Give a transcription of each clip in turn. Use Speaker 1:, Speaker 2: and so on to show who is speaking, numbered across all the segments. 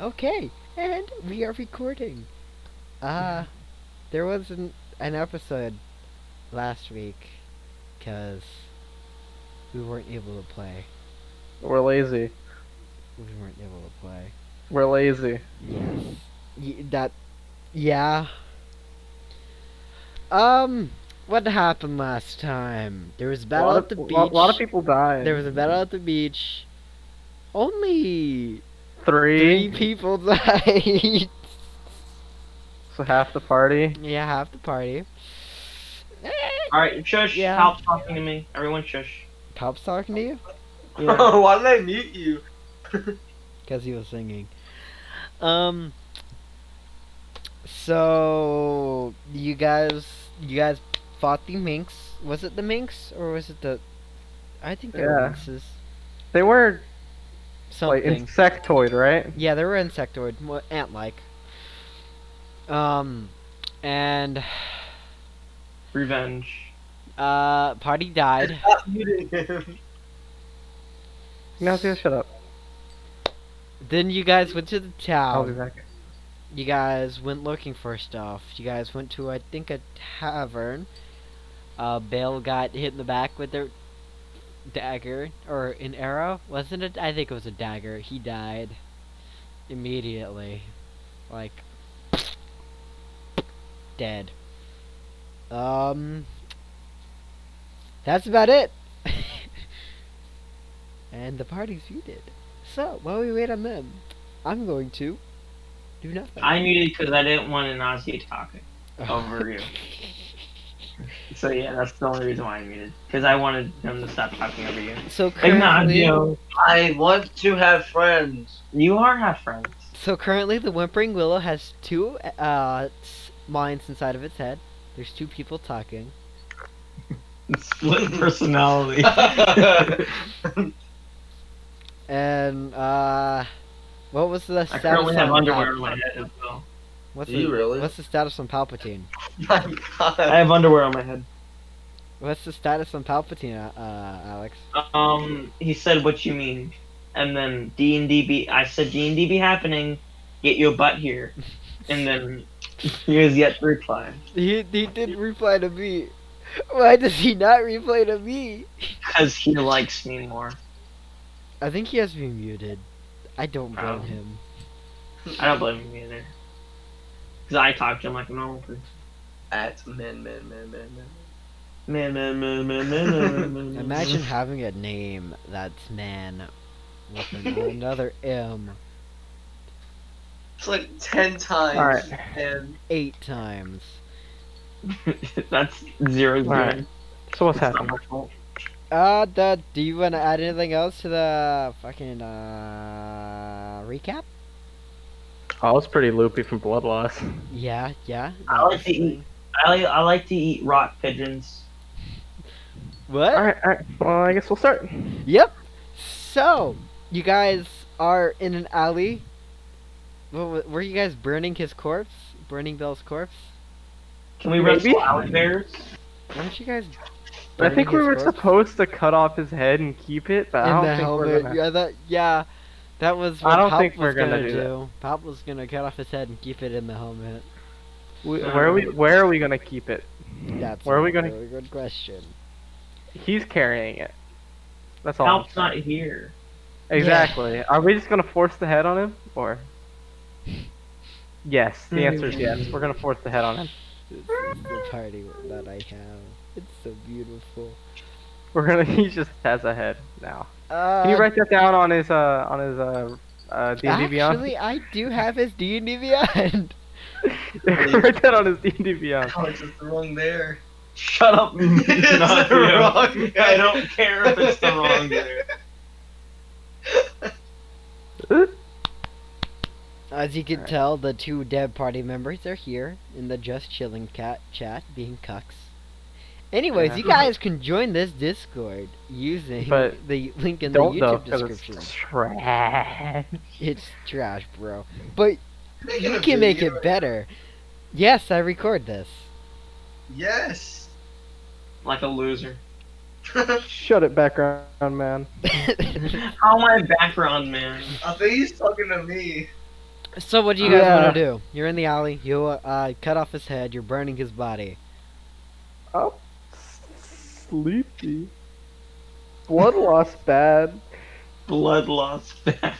Speaker 1: Okay, and we are recording. Uh, there was an, an episode last week because we weren't able to play.
Speaker 2: We're lazy.
Speaker 1: We weren't able to play.
Speaker 2: We're lazy.
Speaker 1: Yes. Y- that. Yeah. Um, what happened last time? There was a
Speaker 2: A
Speaker 1: battle
Speaker 2: lot,
Speaker 1: at
Speaker 2: of,
Speaker 1: the
Speaker 2: a
Speaker 1: beach.
Speaker 2: lot- lot of people died.
Speaker 1: There was a battle at the beach. Only three
Speaker 2: three,
Speaker 1: people died.
Speaker 2: so half the party.
Speaker 1: yeah, half the party. Eh,
Speaker 3: Alright, shush.
Speaker 1: Yeah.
Speaker 3: Stop talking to me. Everyone shush.
Speaker 1: Pop's talking to you
Speaker 2: Yeah.
Speaker 3: Why did I mute you?
Speaker 1: because he was singing. Um. So you guys, you guys fought the minx. Was it the minx or was it the? I think they were
Speaker 2: Yeah.
Speaker 1: minxes.
Speaker 2: They were like
Speaker 1: Something.
Speaker 2: insectoid, right?
Speaker 1: Yeah, they were insectoid, more ant-like. Um, and
Speaker 3: Revenge.
Speaker 1: uh, party died.
Speaker 2: Ignacio, shut up.
Speaker 1: Then you guys went to the
Speaker 2: I'll be
Speaker 1: town.
Speaker 2: back.
Speaker 1: You guys went looking for stuff. You guys went to, I think, a tavern. Uh, Bale got hit in the back with their dagger or an arrow. Wasn't it? I think it was a dagger. He died immediately, like dead. Um, that's about it. and the party's muted. So while we wait on them, I'm going to do nothing.
Speaker 3: I muted because I didn't want Ignacio talking over you. So yeah, that's the only reason why I muted. Because I wanted him to stop talking over you.
Speaker 1: So currently,
Speaker 3: Ignacio,
Speaker 4: I want to have friends.
Speaker 3: you are half friends.
Speaker 1: so currently, the whimpering willow has two uh s- minds inside of its head. There's two people talking.
Speaker 3: Split personality.
Speaker 1: And uh, what was the
Speaker 3: I
Speaker 1: status
Speaker 3: currently have
Speaker 1: on
Speaker 3: underwear
Speaker 1: Palp-
Speaker 3: on my head as well.
Speaker 1: What's
Speaker 4: Do you
Speaker 1: the,
Speaker 4: really?
Speaker 1: What's the status on Palpatine?
Speaker 4: My
Speaker 3: I
Speaker 4: God.
Speaker 3: have underwear on my head.
Speaker 1: What's the status on Palpatine, uh, uh, Alex?
Speaker 3: Um, he said what you mean, and then D and D be. I said D and D be happening. Get your butt here, and then here's yet the reply.
Speaker 1: He he didn't reply to me. Why does he not reply to me?
Speaker 3: Because he likes me more.
Speaker 1: I think he has been muted. I don't blame
Speaker 3: Um.
Speaker 1: him.
Speaker 3: I don't blame him either. Because I talk to him like a normal person.
Speaker 4: At man, man, man, man, man.
Speaker 3: Man, man, man, man, man, man, man, man, man.
Speaker 1: Imagine having a name that's man with an- another M.
Speaker 4: It's like ten times.
Speaker 2: All right.
Speaker 4: And
Speaker 1: eight times.
Speaker 3: That's zero zero.
Speaker 2: Alright, So what's
Speaker 3: It's not
Speaker 2: happening?
Speaker 3: my fault.
Speaker 1: Uh, the, do you want to add anything else to the fucking uh, recap?
Speaker 2: I was pretty loopy from blood loss.
Speaker 1: Yeah, yeah.
Speaker 3: I like to eat. I like, I like to eat rock pigeons.
Speaker 1: What?
Speaker 2: All right, all right. Well, I guess we'll start.
Speaker 1: Yep. So, you guys are in an alley. What, wa- were you guys burning his corpse? Burning Bill's corpse?
Speaker 3: Can we roast
Speaker 2: Maybe.
Speaker 3: owly bears?
Speaker 1: Weren't you guys?
Speaker 2: I
Speaker 1: burning
Speaker 2: think we
Speaker 1: his
Speaker 2: were
Speaker 1: corpse?
Speaker 2: supposed to cut off his head and keep it, but I
Speaker 1: in
Speaker 2: don't
Speaker 1: the
Speaker 2: think we're
Speaker 1: helmet.
Speaker 2: gonna.
Speaker 1: Yeah, that yeah, that was.
Speaker 2: I
Speaker 1: What
Speaker 2: don't
Speaker 1: Pop
Speaker 2: think
Speaker 1: was
Speaker 2: we're gonna do
Speaker 1: do.
Speaker 2: that.
Speaker 1: Pop was gonna cut off his head and keep it in the helmet.
Speaker 2: We- Where are we? Where are we gonna keep it?
Speaker 1: That's
Speaker 2: Hmm. Where are we
Speaker 1: a
Speaker 2: gonna-
Speaker 1: really good question.
Speaker 2: He's carrying it. That's all. I'm
Speaker 3: Palp's not here.
Speaker 2: Exactly. Are we just gonna force the head on him, or? Yes.
Speaker 1: Mm-hmm.
Speaker 2: The answer is yes. We're gonna force the head on him.
Speaker 1: This is the party that I have. It's so beautiful.
Speaker 2: We're gonna. He just has a head now.
Speaker 1: Uh,
Speaker 2: Can you write that down on his uh on his uh uh D and D Beyond?
Speaker 1: Actually, I do have his D and D Beyond.
Speaker 2: write that on his D and D Beyond.
Speaker 4: oh, it's just wrong there.
Speaker 3: Shut up,
Speaker 4: It's
Speaker 3: not
Speaker 4: the
Speaker 3: you.
Speaker 4: wrong guy.
Speaker 3: I don't care if it's the wrong bear.
Speaker 1: As you can
Speaker 2: Alright.
Speaker 1: tell, the two dead party members are here in the just chilling cat chat, being cucks. Anyways, you
Speaker 2: Yeah.
Speaker 1: guys can join this Discord using
Speaker 2: But
Speaker 1: the link in the
Speaker 2: Don't though,
Speaker 1: YouTube
Speaker 2: 'cause
Speaker 1: description.
Speaker 2: it's trash.
Speaker 1: It's trash, bro. But
Speaker 4: Making
Speaker 1: you
Speaker 4: a
Speaker 1: can make
Speaker 4: video.
Speaker 1: it better. Yes, I record this.
Speaker 4: Yes.
Speaker 3: Like a loser.
Speaker 4: I
Speaker 2: Shut it, background man.
Speaker 3: How am I background man?
Speaker 4: think he's talking to me.
Speaker 1: So what do you guys
Speaker 2: Yeah.
Speaker 1: want to do? You're in the alley. You uh, cut off his head. You're burning his body.
Speaker 2: I'm s- sleepy. Blood loss bad.
Speaker 3: Blood loss bad.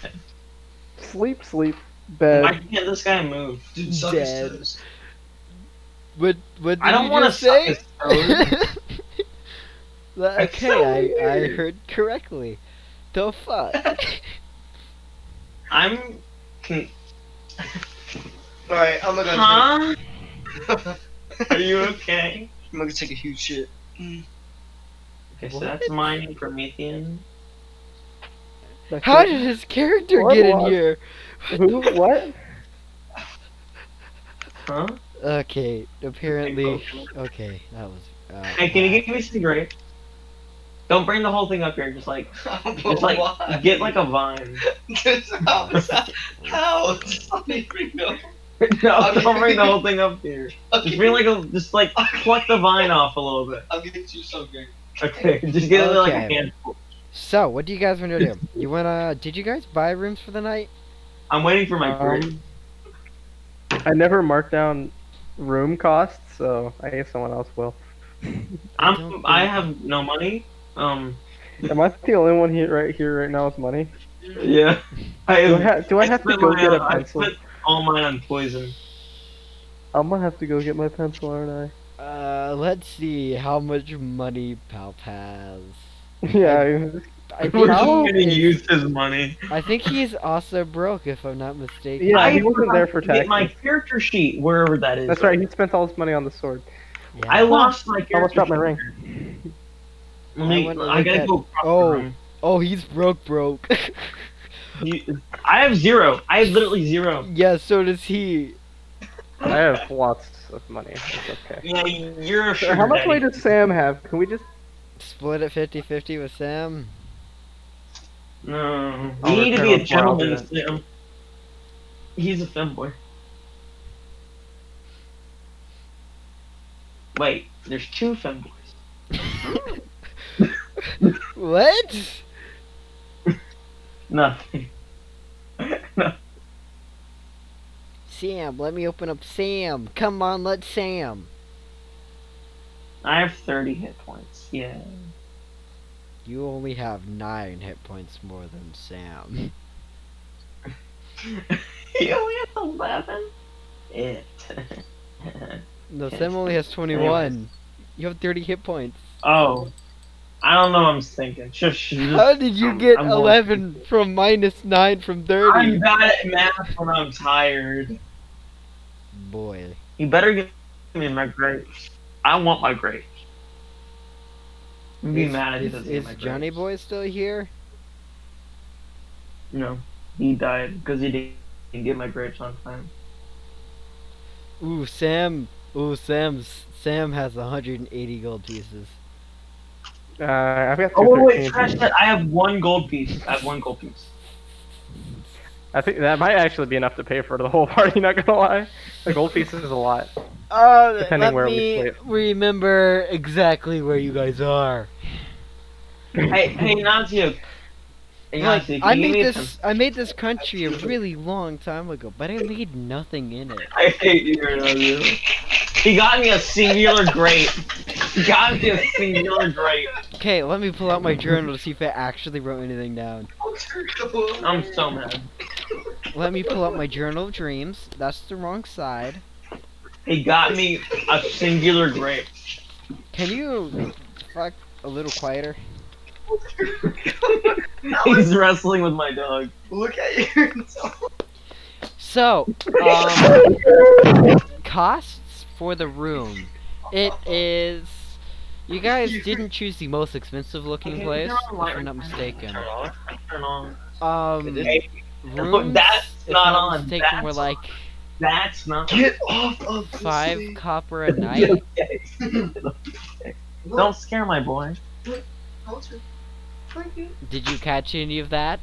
Speaker 2: Sleep, sleep
Speaker 3: Why
Speaker 2: bad.
Speaker 3: can't this guy move?
Speaker 4: Dude, suck his
Speaker 1: Dead.
Speaker 4: toes.
Speaker 1: What? What did
Speaker 3: I don't
Speaker 1: want to
Speaker 3: suck his toes.
Speaker 1: okay,
Speaker 3: so
Speaker 1: I, I
Speaker 3: weird.
Speaker 1: heard correctly. The fuck?
Speaker 3: I'm. Con-
Speaker 4: Alright, I'm not gonna
Speaker 3: huh?
Speaker 4: take
Speaker 3: Are you okay?
Speaker 4: I'm gonna take a huge shit.
Speaker 3: Okay, so
Speaker 1: What?
Speaker 3: that's mine, Promethean.
Speaker 2: That's
Speaker 1: How
Speaker 2: it.
Speaker 1: did his character
Speaker 2: Blood
Speaker 1: get in
Speaker 2: loss.
Speaker 1: here?
Speaker 2: Who? What?
Speaker 3: Huh?
Speaker 1: Okay, apparently.
Speaker 3: People.
Speaker 1: Okay, that was. Uh,
Speaker 3: Hey, can you give me a cigarette? Don't bring the whole thing up here. Just like,
Speaker 4: But
Speaker 3: just like,
Speaker 4: why?
Speaker 3: get like a vine.
Speaker 4: This house. How? I don't even know.
Speaker 3: no,
Speaker 4: Okay.
Speaker 3: don't bring the whole thing up here. Just bring
Speaker 4: Okay,
Speaker 3: like a, just like pluck the vine off a little bit.
Speaker 4: I'll get you something.
Speaker 3: Okay, just get it like a
Speaker 1: Okay.
Speaker 3: handful.
Speaker 1: So, what do you guys want to do? You wanna? Did you guys buy rooms for the night?
Speaker 3: I'm waiting for my
Speaker 1: Um,
Speaker 3: crew.
Speaker 2: I never mark down room costs, so I guess someone else will.
Speaker 3: I'm.
Speaker 1: don't
Speaker 3: I
Speaker 1: think-
Speaker 3: have no money. Um.
Speaker 2: Am I the only one here, right here, right now with money?
Speaker 1: Mm.
Speaker 3: Yeah. I,
Speaker 2: Do I, ha- do I have to
Speaker 3: spent
Speaker 2: go
Speaker 3: mine
Speaker 2: get a
Speaker 3: on- I
Speaker 2: pencil?
Speaker 3: spent all mine on poison.
Speaker 2: I'm gonna have to go get my pencil, aren't
Speaker 1: Uh, let's see how much money Palp has.
Speaker 2: I? yeah.
Speaker 1: I
Speaker 3: We're
Speaker 1: think,
Speaker 3: just
Speaker 2: How
Speaker 3: gonna
Speaker 1: is-
Speaker 3: use his money.
Speaker 1: I think he's also broke, if I'm not mistaken.
Speaker 2: Yeah,
Speaker 3: I
Speaker 2: he wasn't there for
Speaker 3: forgot to Get my
Speaker 2: taxes.
Speaker 3: character sheet, wherever that is.
Speaker 2: That's right. He spent all his money on the sword.
Speaker 1: Yeah.
Speaker 3: I lost my character.
Speaker 2: Almost dropped my
Speaker 3: sheet.
Speaker 2: ring.
Speaker 3: Let me-
Speaker 1: I went to
Speaker 3: I
Speaker 1: look
Speaker 3: gotta
Speaker 1: at-
Speaker 3: go. across the
Speaker 1: oh.
Speaker 3: room.
Speaker 1: Oh, he's broke, broke.
Speaker 3: You, I have zero. I have literally zero.
Speaker 1: yeah, so does he.
Speaker 2: I have lots of money. It's okay.
Speaker 3: Yeah, you're a
Speaker 2: So
Speaker 3: sugar
Speaker 2: how much
Speaker 3: daddy.
Speaker 2: money does Sam have? Can we just?
Speaker 1: Split it 50-50 with Sam.
Speaker 3: No,
Speaker 2: I'll
Speaker 3: you need to be
Speaker 2: return
Speaker 3: a
Speaker 2: on
Speaker 3: gentleman,
Speaker 2: Friday.
Speaker 3: Sam. He's a femboy. Wait, there's two femboys.
Speaker 1: What?
Speaker 3: Nothing.
Speaker 1: Sam, let me open up Sam. Come on, let Sam.
Speaker 3: I have 30 hit points. Yeah.
Speaker 1: You only have nine hit points more than Sam.
Speaker 3: He only has 11? It.
Speaker 1: No, Sam only has 21. You have 30 hit points.
Speaker 3: oh. I don't know what I'm thinking. Shush.
Speaker 1: How did you
Speaker 3: I'm-
Speaker 1: get
Speaker 3: I'm
Speaker 1: 11 from minus 9 from 30?
Speaker 3: I'm bad at math when I'm tired.
Speaker 1: Boy.
Speaker 3: You better give me my grapes. I want my grapes. I'm gonna be
Speaker 1: Is-
Speaker 3: mad if he
Speaker 1: is-
Speaker 3: doesn't get
Speaker 1: is
Speaker 3: my grapes.
Speaker 1: Johnny Boy still here?
Speaker 3: No, he died because he didn't- didn't get my grapes on time.
Speaker 1: Ooh, Sam. Ooh, Sam's. Sam has 180 gold pieces.
Speaker 2: Uh, I've got two
Speaker 3: Oh wait,
Speaker 2: thirteens.
Speaker 3: trash that! I have one gold piece. I have one gold piece.
Speaker 2: I think that might actually be enough to pay for the whole party. Not gonna lie, the gold pieces is a lot.
Speaker 1: Oh,
Speaker 2: Depending
Speaker 1: let
Speaker 2: where we
Speaker 1: me
Speaker 2: play it.
Speaker 1: remember exactly where you guys are.
Speaker 3: hey, hey, Nazio. Hey,
Speaker 1: Like,
Speaker 3: Nazio, can
Speaker 1: I
Speaker 3: you give
Speaker 1: made
Speaker 3: me a
Speaker 1: this. I made this country a really long time ago, but I made nothing in it.
Speaker 3: pen? I hate you, Nazio. He got me a singular grape. He got me a singular grape.
Speaker 1: Okay, let me pull out my journal to see if I actually wrote anything down.
Speaker 3: I'm so mad.
Speaker 1: Let me pull out my journal of dreams. That's the wrong side.
Speaker 3: He got me a singular grape.
Speaker 1: Can you fuck a little quieter?
Speaker 3: He's wrestling with my dog.
Speaker 4: Look at your nose.
Speaker 1: So, um, costs for the room. It is. You guys didn't choose the most expensive looking
Speaker 3: Okay,
Speaker 1: place,
Speaker 3: turn
Speaker 1: if
Speaker 3: on light
Speaker 1: I'm
Speaker 3: right
Speaker 1: not
Speaker 3: now.
Speaker 1: mistaken.
Speaker 3: Turn on. Turn on.
Speaker 1: Um,
Speaker 3: Hey,
Speaker 1: rooms,
Speaker 3: that's
Speaker 1: if
Speaker 3: not
Speaker 1: I'm
Speaker 3: on,
Speaker 1: mistaken, were
Speaker 3: that's
Speaker 1: like
Speaker 3: that's not.
Speaker 4: Get off of this
Speaker 1: five
Speaker 4: thing.
Speaker 1: copper a night.
Speaker 4: Look,
Speaker 3: Don't scare my boy.
Speaker 4: don't you-
Speaker 1: Did you catch any of that?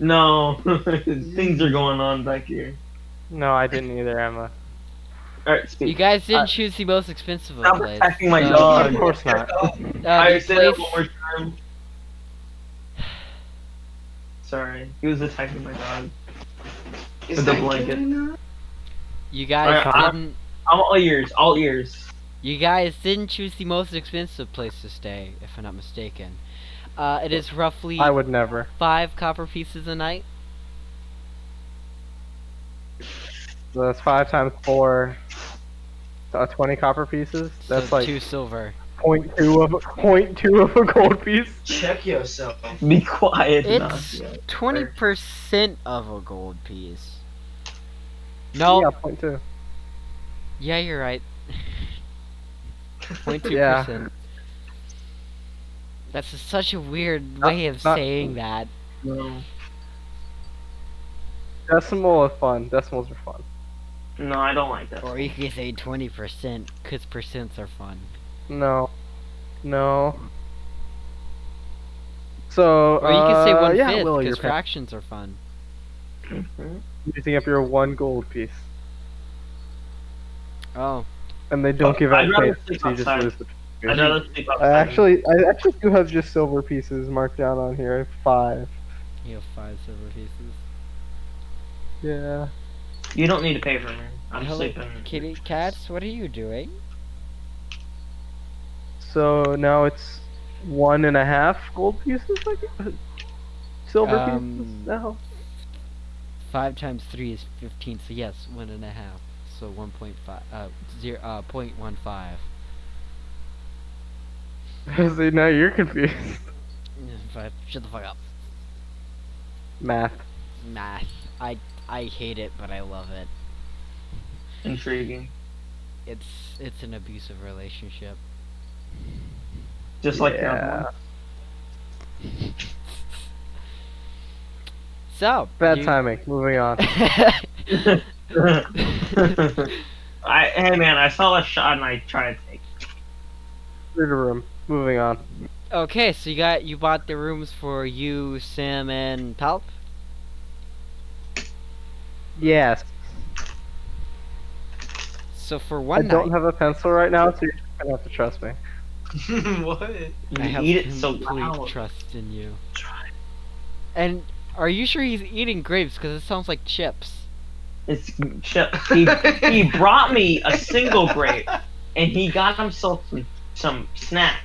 Speaker 3: No, things are going on back here.
Speaker 2: No, I didn't either, Emma.
Speaker 3: All right,
Speaker 1: You
Speaker 3: speak.
Speaker 1: guys
Speaker 2: uh,
Speaker 1: didn't choose the most expensive of
Speaker 3: Stop
Speaker 1: place.
Speaker 3: attacking my
Speaker 1: so,
Speaker 3: dog.
Speaker 2: of course not.
Speaker 1: uh,
Speaker 3: I
Speaker 1: the
Speaker 3: said it
Speaker 1: place-
Speaker 3: one more time. Sorry, he was attacking my dog.
Speaker 4: Is
Speaker 3: With the
Speaker 4: that
Speaker 3: blanket.
Speaker 4: good enough?
Speaker 1: You guys
Speaker 3: uh,
Speaker 2: Alright, I'm-
Speaker 1: didn't.
Speaker 3: I'm all ears, all ears.
Speaker 1: You guys didn't choose the most expensive place to stay, if I'm not mistaken. Uh, it is roughly
Speaker 2: I would never.
Speaker 1: five copper pieces a night.
Speaker 2: So that's five times four. Uh, 20 copper pieces. That's
Speaker 1: so
Speaker 2: like
Speaker 1: two silver.
Speaker 2: point two of a, point two of a gold piece.
Speaker 4: Check yourself.
Speaker 3: Be quiet.
Speaker 1: It's
Speaker 3: Nadia.
Speaker 1: twenty percent of a gold piece. No.
Speaker 2: Yeah, point two.
Speaker 1: Yeah, you're right. 0.2%.
Speaker 2: Yeah.
Speaker 1: That's a- such a weird
Speaker 2: Not-
Speaker 1: way of
Speaker 2: not-
Speaker 1: saying that.
Speaker 3: No.
Speaker 2: Decimal is fun. Decimals are fun.
Speaker 3: No, I don't like that.
Speaker 1: Or you could say 20%, because percents are fun.
Speaker 2: No. No. So.
Speaker 1: Or you could say
Speaker 2: uh,
Speaker 1: one fifth,
Speaker 2: yeah,
Speaker 1: 'cause
Speaker 2: Will, you're correct.
Speaker 1: fractions are fun.
Speaker 2: using up your one gold piece,
Speaker 1: Oh,
Speaker 2: and they don't give out
Speaker 3: I'd Uh, rather
Speaker 2: points,
Speaker 3: sleep
Speaker 2: so you just
Speaker 3: outside.
Speaker 2: lose the.
Speaker 3: I'd rather sleep
Speaker 2: I
Speaker 3: outside.
Speaker 2: actually, I actually do have just silver pieces marked down on here. I have five.
Speaker 1: you have five silver pieces.
Speaker 2: Yeah.
Speaker 3: You don't need to pay for me. I'm
Speaker 1: Hello,
Speaker 3: sleeping.
Speaker 1: kitty cats, what are you doing?
Speaker 2: So now it's one and a half gold pieces, I guess. Silver
Speaker 1: Um,
Speaker 2: pieces now.
Speaker 1: Five times three is 15, so yes, one and a half. So 1.5, uh, zero, uh, 0.15.
Speaker 2: See, now you're confused.
Speaker 1: But shut the fuck up.
Speaker 2: Math.
Speaker 1: Math. I, I hate it, but I love it.
Speaker 3: Intriguing.
Speaker 1: it's it's an abusive relationship.
Speaker 3: Just like the other
Speaker 2: yeah.
Speaker 3: one.
Speaker 1: So
Speaker 2: Bad
Speaker 1: you-
Speaker 2: timing. Moving on.
Speaker 3: I hey man, I saw a shot and I tried to take.
Speaker 2: Read a room. Moving on.
Speaker 1: okay, so you got you bought the rooms for you, Sam, and Talp.
Speaker 2: Yes.
Speaker 1: So for
Speaker 2: I
Speaker 1: one
Speaker 2: don't
Speaker 1: night,
Speaker 2: have a pencil right now, so you're just gonna have to trust me.
Speaker 4: what?
Speaker 3: it.
Speaker 1: I
Speaker 3: You
Speaker 1: have
Speaker 3: eat it so
Speaker 1: complete
Speaker 3: loud.
Speaker 1: trust in you. And are you sure he's eating grapes? Because it sounds like chips.
Speaker 3: It's chip. He, he brought me a single grape, and he got himself some, some snack,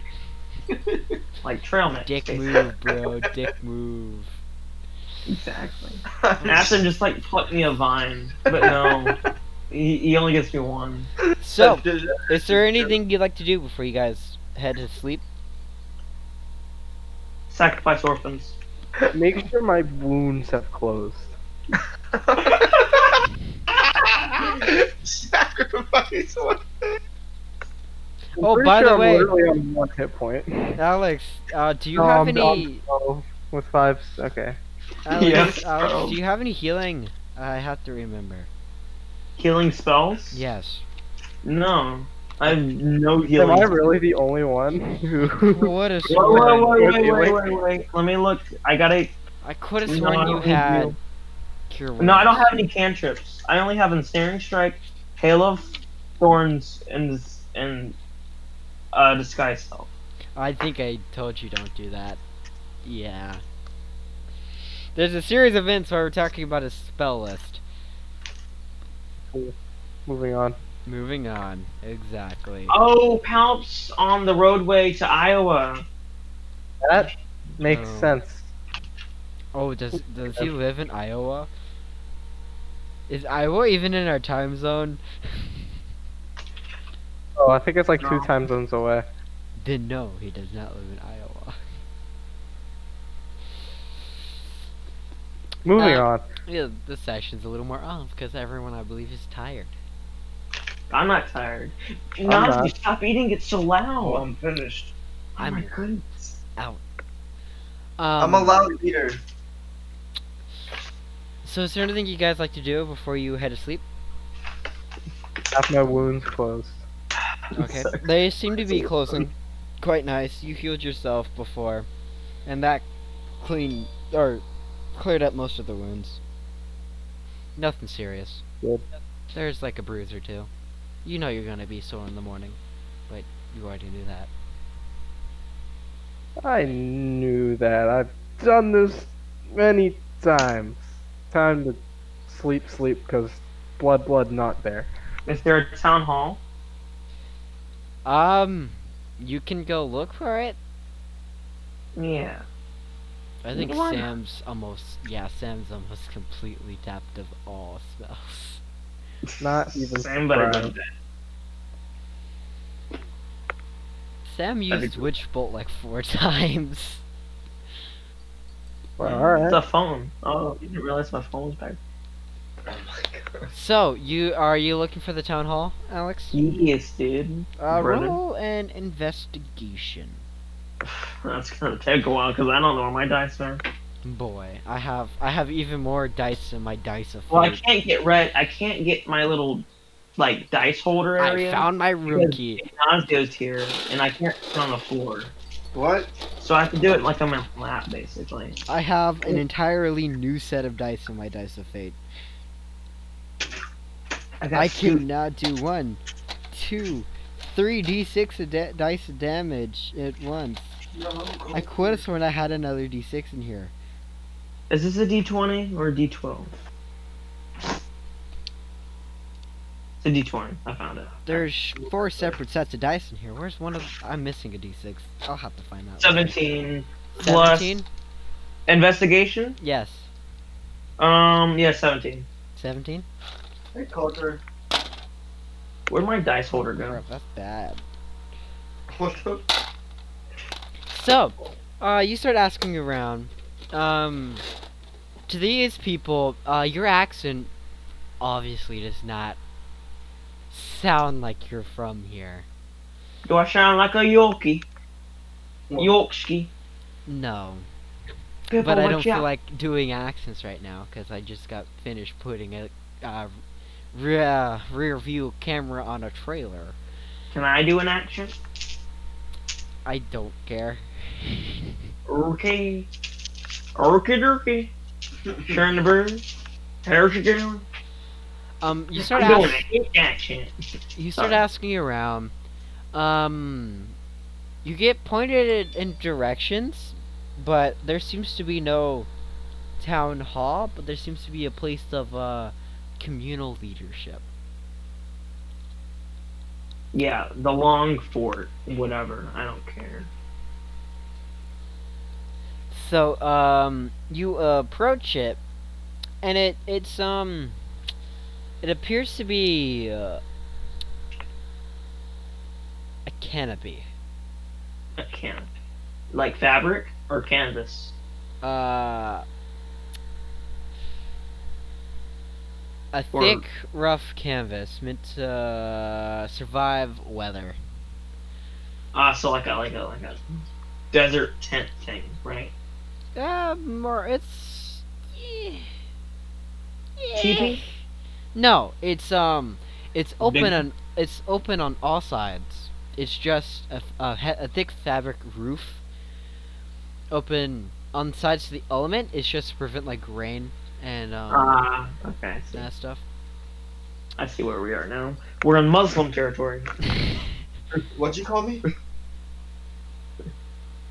Speaker 3: like trail mix.
Speaker 1: Dick
Speaker 3: basically.
Speaker 1: move, bro. Dick move.
Speaker 3: Exactly. And After just like plucked me a vine, but no, he, he only gets me one.
Speaker 1: So, is there anything you'd like to do before you guys head to sleep?
Speaker 3: Sacrifice orphans.
Speaker 2: Make sure my wounds have closed.
Speaker 4: Sacrifice one.
Speaker 2: I'm
Speaker 1: Oh,
Speaker 2: pretty
Speaker 1: by
Speaker 2: sure
Speaker 1: the
Speaker 2: I'm
Speaker 1: way-
Speaker 2: literally on one hit point.
Speaker 1: Alex, uh, do you
Speaker 2: No,
Speaker 1: have
Speaker 2: I'm
Speaker 1: any?
Speaker 2: down to 12 Um, oh, with five? Okay.
Speaker 1: Alex,
Speaker 3: Yes,
Speaker 1: Uh, Alex,
Speaker 3: bro.
Speaker 1: do you have any healing? I have to remember.
Speaker 3: Healing spells?
Speaker 1: Yes.
Speaker 3: No, I have no
Speaker 2: Am
Speaker 3: healing.
Speaker 2: I
Speaker 3: spells.
Speaker 2: really the only one who?
Speaker 1: What a
Speaker 3: Wait, wait,
Speaker 1: sworn.
Speaker 3: wait, wait,
Speaker 2: Healing.
Speaker 3: wait, wait, wait. Let me look. I gotta.
Speaker 1: I could have
Speaker 3: No,
Speaker 1: sworn
Speaker 3: I
Speaker 1: you
Speaker 3: don't think
Speaker 1: had
Speaker 3: you-
Speaker 1: cure wounds.
Speaker 3: No, I don't have any cantrips. I only have ensnaring strike, hail of thorns, and and uh, disguise self.
Speaker 1: I think I told you don't do that. Yeah. There's a series of events where we're talking about a spell list.
Speaker 2: Moving on.
Speaker 1: Moving on. Exactly.
Speaker 3: Oh, Palps on the roadway to Iowa.
Speaker 2: That makes
Speaker 1: Oh.
Speaker 2: sense.
Speaker 1: Oh, does does he live in Iowa? Is Iowa even in our time zone?
Speaker 2: Oh, I think it's like two
Speaker 3: No.
Speaker 2: time zones away.
Speaker 1: Then no, he does not live in Iowa.
Speaker 2: Moving
Speaker 1: Uh,
Speaker 2: on.
Speaker 1: Yeah, this session's a little more off because everyone I believe is tired.
Speaker 3: I'm not tired.
Speaker 2: I'm
Speaker 3: Nazi,
Speaker 2: not.
Speaker 3: stop eating. It's so
Speaker 4: Oh,
Speaker 3: loud.
Speaker 4: I'm finished.
Speaker 1: I'm-
Speaker 4: oh my goodness.
Speaker 1: Um,
Speaker 4: I'm a loud eater.
Speaker 1: So is there anything you guys like to do before you head to sleep?
Speaker 2: Have my wounds closed.
Speaker 1: Okay. they seem to be closing. Quite nice. You healed yourself before, and that cleaned or cleared up most of the wounds. Nothing serious.
Speaker 2: Good.
Speaker 1: There's like a bruise or two. You know you're gonna be sore in the morning, but you already knew that.
Speaker 2: I knew that. I've done this many times. Time to sleep, sleep, because blood, blood, not there.
Speaker 3: Is there a town hall?
Speaker 1: Um, you can go look for it.
Speaker 3: Yeah.
Speaker 1: I think
Speaker 3: Why not?
Speaker 1: Sam's almost yeah, Sam's almost completely tapped of all smells.
Speaker 2: Not even.
Speaker 3: Somebody
Speaker 2: surprised.
Speaker 3: did that.
Speaker 1: Sam
Speaker 3: That'd be
Speaker 1: used
Speaker 3: cool.
Speaker 1: witch bolt like four times.
Speaker 2: Well, all
Speaker 3: The
Speaker 2: right.
Speaker 3: phone. Oh, you didn't realize my phone was back.
Speaker 4: Oh my god.
Speaker 1: So you are you looking for the town hall, Alex?
Speaker 3: Yes, dude.
Speaker 1: Uh,
Speaker 3: Brother.
Speaker 1: roll an investigation.
Speaker 3: That's gonna take a while because I don't know where my dice are.
Speaker 1: Boy, I have I have even more dice in my dice of
Speaker 3: Well, I
Speaker 1: fate.
Speaker 3: can't get red. I can't get my little like dice holder
Speaker 1: I
Speaker 3: area.
Speaker 1: found my room key.
Speaker 3: Nazio's here, and I can't sit on the floor,
Speaker 4: What?
Speaker 3: so I have to do it like I'm in a lap, basically.
Speaker 1: I have an entirely new set of dice in my dice of fate.
Speaker 3: got
Speaker 1: I
Speaker 3: scooped.
Speaker 1: can now do one, two, three d6 of da- dice of damage at once.
Speaker 4: No.
Speaker 1: I could have sworn I had another d6 in here.
Speaker 3: Is this a D20 or a D12? It's a D20. I found it.
Speaker 1: There's four separate sets of dice in here. Where's one of? I'm missing a d6. I'll have to find out.
Speaker 3: 17 plus investigation.
Speaker 1: Yes.
Speaker 3: Um, yeah, 17.
Speaker 1: Seventeen.
Speaker 4: Hey, Coulter.
Speaker 3: Where'd my dice holder go?
Speaker 1: Crap, that's bad.
Speaker 4: What the?
Speaker 1: So, uh, you start asking around. Um, to these people, uh, your accent obviously does not sound like you're from here.
Speaker 3: Do I sound like a Yorkie?
Speaker 4: What?
Speaker 3: Yorkski.
Speaker 1: No.
Speaker 3: People,
Speaker 1: but I
Speaker 3: watch
Speaker 1: don't feel
Speaker 3: out.
Speaker 1: like doing accents right now because I just got finished putting a uh, re- uh, rear view camera on a trailer.
Speaker 3: Can I do an action?
Speaker 1: I don't care.
Speaker 3: Okay. Okie dokie. Sharon the bird. How's it going?
Speaker 1: Um, you start
Speaker 3: I'm doing
Speaker 1: ask-
Speaker 3: a hit accent.
Speaker 1: you start
Speaker 3: Sorry.
Speaker 1: asking around. Um, you get pointed at, in directions, but there seems to be no town hall. But there seems to be a place of uh, communal leadership.
Speaker 3: Yeah, the long fort. Whatever. I don't care.
Speaker 1: So um, you approach it, and it it's um, it appears to be uh, a canopy.
Speaker 3: A can. Like fabric or canvas?
Speaker 1: Uh, a
Speaker 3: Or-
Speaker 1: thick, rough canvas meant to uh, survive weather.
Speaker 3: Ah, so like a like a like a desert tent thing, right?
Speaker 1: Uh, more it's. eh, eh.
Speaker 3: Teepee?
Speaker 1: No, it's um, it's open
Speaker 3: Big-
Speaker 1: on it's open on all sides. It's just a, f- a, he- a thick fabric roof. Open on sides to the element. It's just to prevent like rain and um,
Speaker 3: Ah, okay. I see.
Speaker 1: that stuff.
Speaker 3: I see where we are now. We're in Muslim territory.
Speaker 4: What'd you call me?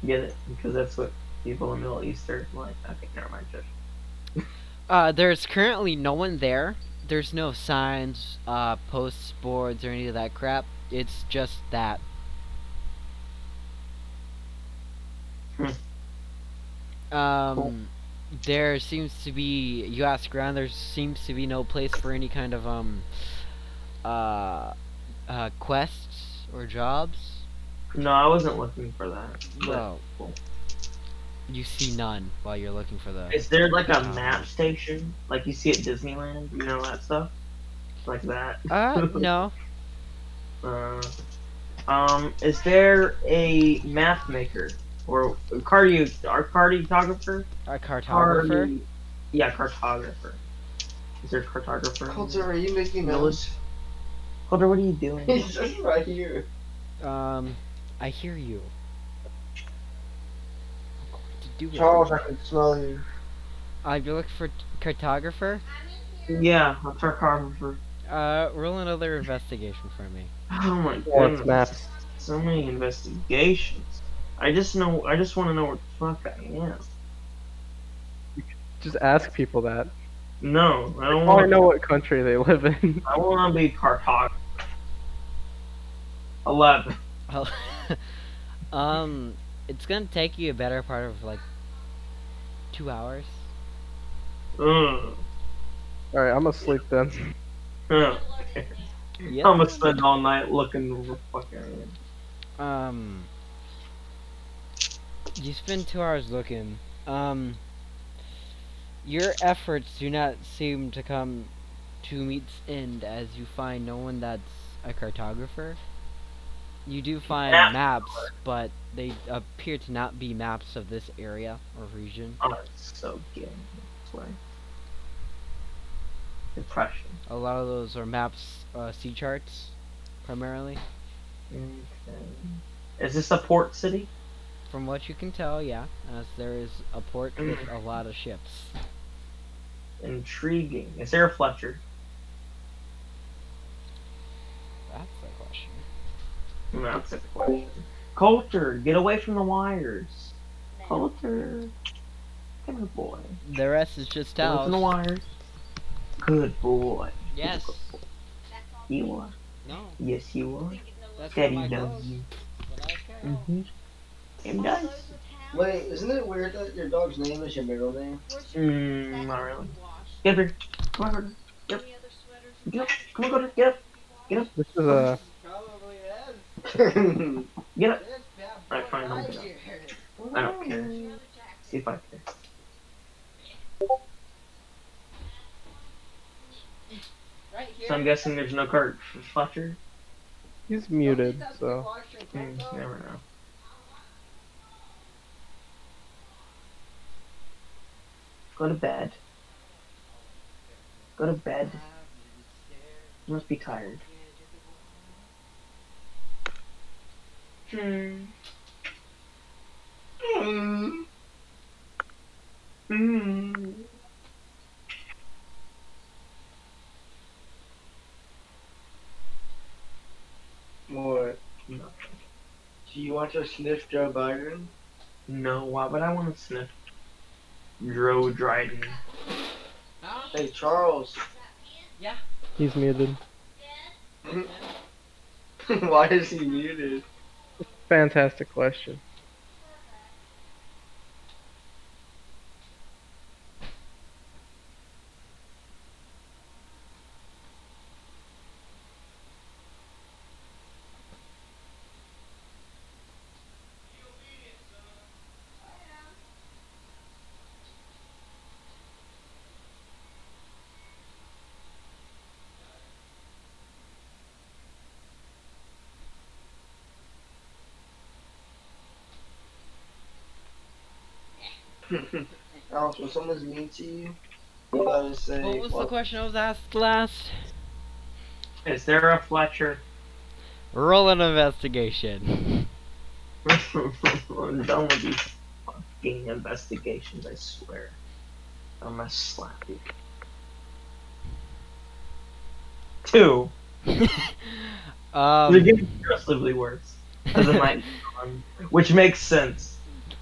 Speaker 3: Get it? Because that's what people in the Middle East are like. Okay, never mind. Just
Speaker 1: Uh, there's currently no one there. There's no signs, uh, posts, boards, or any of that crap. It's just that.
Speaker 3: Hmm.
Speaker 1: Um, there seems to be. You ask around. There seems to be no place for any kind of um, uh, uh, quests or jobs.
Speaker 3: No, I wasn't looking for that. But
Speaker 1: No. You see none while you're looking for the.
Speaker 3: is there like a
Speaker 1: Um,
Speaker 3: map station? Like you see at Disneyland, you know that stuff? Like that.
Speaker 1: Uh, no.
Speaker 3: Uh, um, is there a map maker or cardio or cartographer?
Speaker 1: A cartographer.
Speaker 3: Cardi- yeah, cartographer. Is there a cartographer?
Speaker 4: Coulter, are you making
Speaker 3: Village.
Speaker 4: noise?
Speaker 3: Coulter, what are you doing?
Speaker 4: He's just right here.
Speaker 1: Um, I hear you. I'm going to do it.
Speaker 4: Charles, I can smell you.
Speaker 1: Uh, you're looking for t- cartographer?
Speaker 3: yeah, a cartographer.
Speaker 1: Uh, roll another investigation for me.
Speaker 3: Oh my
Speaker 2: What's
Speaker 3: goodness.
Speaker 2: maps?
Speaker 3: So many investigations. I just know. I just want to know where the fuck I am.
Speaker 2: Just ask people that.
Speaker 3: No, I don't
Speaker 2: Oh, I
Speaker 3: want.
Speaker 2: know what country they live in.
Speaker 3: I want to be cartographer. Eleven.
Speaker 1: Oh, um, it's gonna take you a better part of like two hours.
Speaker 3: Mm.
Speaker 2: All right, I'm gonna sleep then.
Speaker 3: Huh.
Speaker 1: Yep.
Speaker 3: I'm gonna spend all night looking over the fuck out of it.
Speaker 1: Um, you spend two hours looking. Um, your efforts do not seem to come to meet's end as you find no one that's a cartographer. You do find
Speaker 3: Map.
Speaker 1: maps, but they appear to not be maps of this area or region.
Speaker 3: Oh, it's so gay. This way. Depression.
Speaker 1: A lot of those are maps, uh, sea charts, primarily.
Speaker 3: Okay. uh, Is this a port city?
Speaker 1: From what you can tell, yeah, as there is a port with a lot of ships.
Speaker 3: Intriguing. Is there a Fletcher?
Speaker 1: That's the question.
Speaker 3: No, That's a question. Coulter, get away from the wires. Coulter, come here, boy.
Speaker 1: The rest is just
Speaker 3: Get away from the
Speaker 1: towels.
Speaker 3: wires. Good boy.
Speaker 1: Yes.
Speaker 3: You are.
Speaker 1: No.
Speaker 3: Yes, you are.
Speaker 1: That's
Speaker 3: Daddy
Speaker 1: what my
Speaker 3: loves
Speaker 1: does.
Speaker 3: you.
Speaker 1: Okay.
Speaker 3: Mm-hmm. Him does.
Speaker 4: Wait, isn't it weird that your dog's name is your middle name?
Speaker 3: Mm, not really. Get up here. Come on, Coulter. Yep. Get up. Come on, Coulter. Get up.
Speaker 2: This is uh, a
Speaker 1: Probably is.
Speaker 3: Get up.
Speaker 1: It's bad
Speaker 3: Alright, boy fine, I'll right do that. I don't care. See if I care.
Speaker 1: Right
Speaker 3: So I'm guessing there's no cart for Fletcher.
Speaker 2: he's muted, so
Speaker 3: Mm, never know. Go to bed. Go to bed. You must be tired. Hmm. Hmm. Hmm.
Speaker 4: What?
Speaker 3: No.
Speaker 4: Do you want to sniff Joe Biden?
Speaker 3: No, why would I want to sniff Joe Dryden?
Speaker 4: Hey, Charles.
Speaker 2: he's muted.
Speaker 4: Why is he muted?
Speaker 2: Fantastic question.
Speaker 4: Alex, when someone's mean to you, you gotta say.
Speaker 1: What was the
Speaker 4: "Fuck."
Speaker 1: question I was asked last?
Speaker 3: Is there a Fletcher?
Speaker 1: Roll an investigation.
Speaker 3: I'm done with these fucking investigations, I swear. I'm gonna slap you. Two. They're
Speaker 1: um,
Speaker 3: getting progressively worse. As the night goes on, Which makes sense.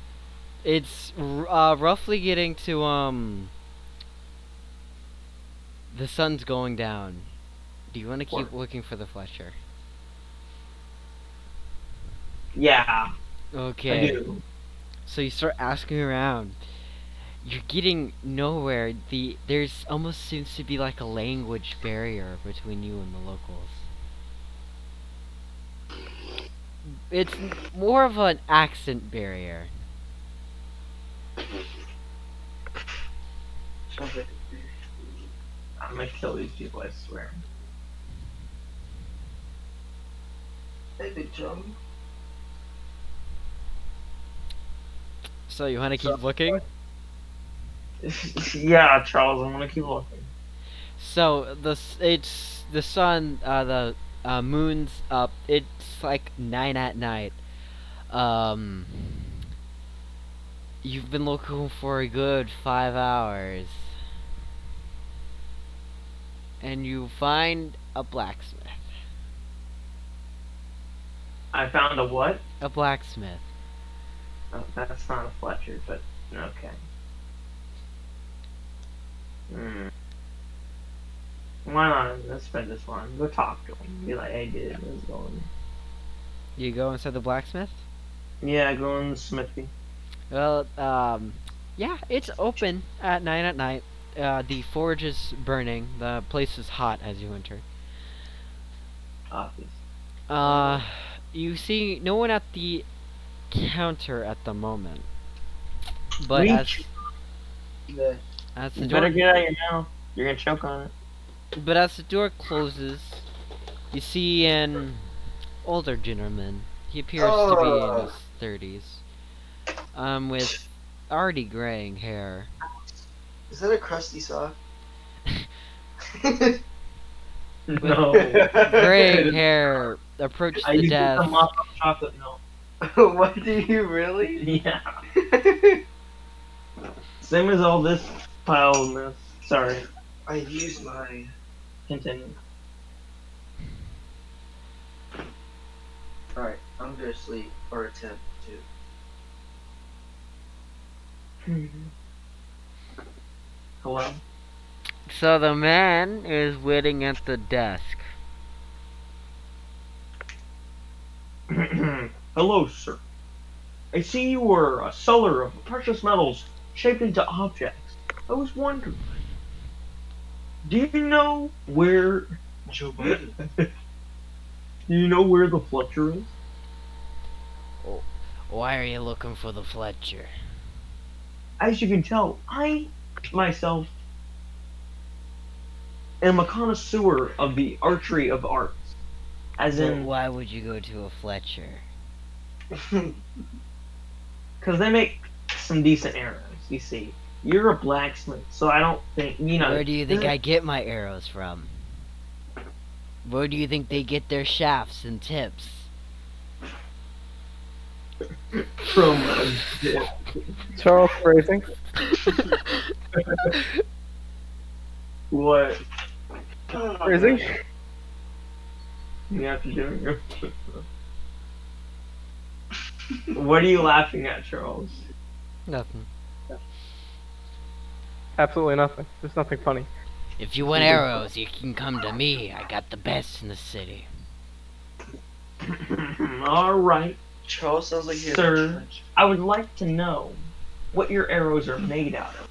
Speaker 1: it's r- uh, roughly getting to um. The sun's going down. Do you want to keep looking for the Fletcher?
Speaker 3: Yeah,
Speaker 1: Okay.
Speaker 3: I do.
Speaker 1: So you start asking around. You're getting nowhere. The there's almost seems to be like a language barrier between you and the locals. It's n- more of an accent barrier.
Speaker 4: Sounds like-
Speaker 3: I'm gonna kill these people, I swear.
Speaker 4: Hey, Big Chum.
Speaker 1: So you want to keep looking?
Speaker 3: yeah, Charles, I'm gonna keep looking.
Speaker 1: So the s- it's the sun, uh, the uh, moon's up. It's like nine at night. Um, you've been looking for a good five hours, and you find a blacksmith.
Speaker 3: I found a what?
Speaker 1: A blacksmith.
Speaker 3: Oh, that's not a Fletcher, but okay. Hmm. Why not? Let's spend this one. Go talk to him. Be like, hey, dude, what's going
Speaker 1: You go inside the blacksmith?
Speaker 3: on? Yeah, go in the smithy.
Speaker 1: Well, um, yeah, it's open at nine at night. Uh, the forge is burning. The place is hot as you enter.
Speaker 3: Office.
Speaker 1: Uh, you see no one at the counter at the moment. But
Speaker 3: Reach.
Speaker 1: as
Speaker 4: Yeah.
Speaker 1: as the
Speaker 3: You
Speaker 1: door
Speaker 3: better get out of your mouth. You're gonna choke on it.
Speaker 1: But as the door closes, you see an older gentleman. He appears to be in
Speaker 3: Oh.
Speaker 1: his thirties, um, with already graying hair.
Speaker 4: Is that a crusty sock?
Speaker 3: No.
Speaker 1: Graying hair approached
Speaker 3: I
Speaker 1: the
Speaker 3: used to
Speaker 1: desk.
Speaker 3: come off of chocolate milk.
Speaker 4: what do you really?
Speaker 3: Yeah. Same as all this pile of mess. Sorry.
Speaker 4: I used mine.
Speaker 3: Continue.
Speaker 4: Alright, I'm gonna sleep or attempt to.
Speaker 3: Mm-hmm. Hello?
Speaker 1: So the man is waiting at the desk.
Speaker 3: Hello, sir. I see you were a seller of precious metals shaped into objects. I was wondering, do you know where?
Speaker 4: Joe
Speaker 3: do you know where the Fletcher is?
Speaker 1: Why are you looking for the Fletcher?
Speaker 3: As you can tell, I myself am a connoisseur of the archery of arts, as in
Speaker 1: Why would you go to a Fletcher?
Speaker 3: because they make some decent arrows. You see, you're a blacksmith, so I don't think you know.
Speaker 1: Where do you
Speaker 3: this
Speaker 1: think I get my arrows from? Where do you think they get their shafts and tips?
Speaker 3: is from? a dip.
Speaker 2: Charles Phrasing.
Speaker 3: What
Speaker 2: Phrasing.
Speaker 3: you have to do? what are you laughing at, Charles?
Speaker 1: Nothing.
Speaker 2: Absolutely nothing. There's nothing funny.
Speaker 1: If you want arrows, you can come to me. I got the best in the city.
Speaker 3: All right.
Speaker 4: Charles sounds like he has
Speaker 3: Sir.
Speaker 4: French.
Speaker 3: I would like to know what your arrows are made out of.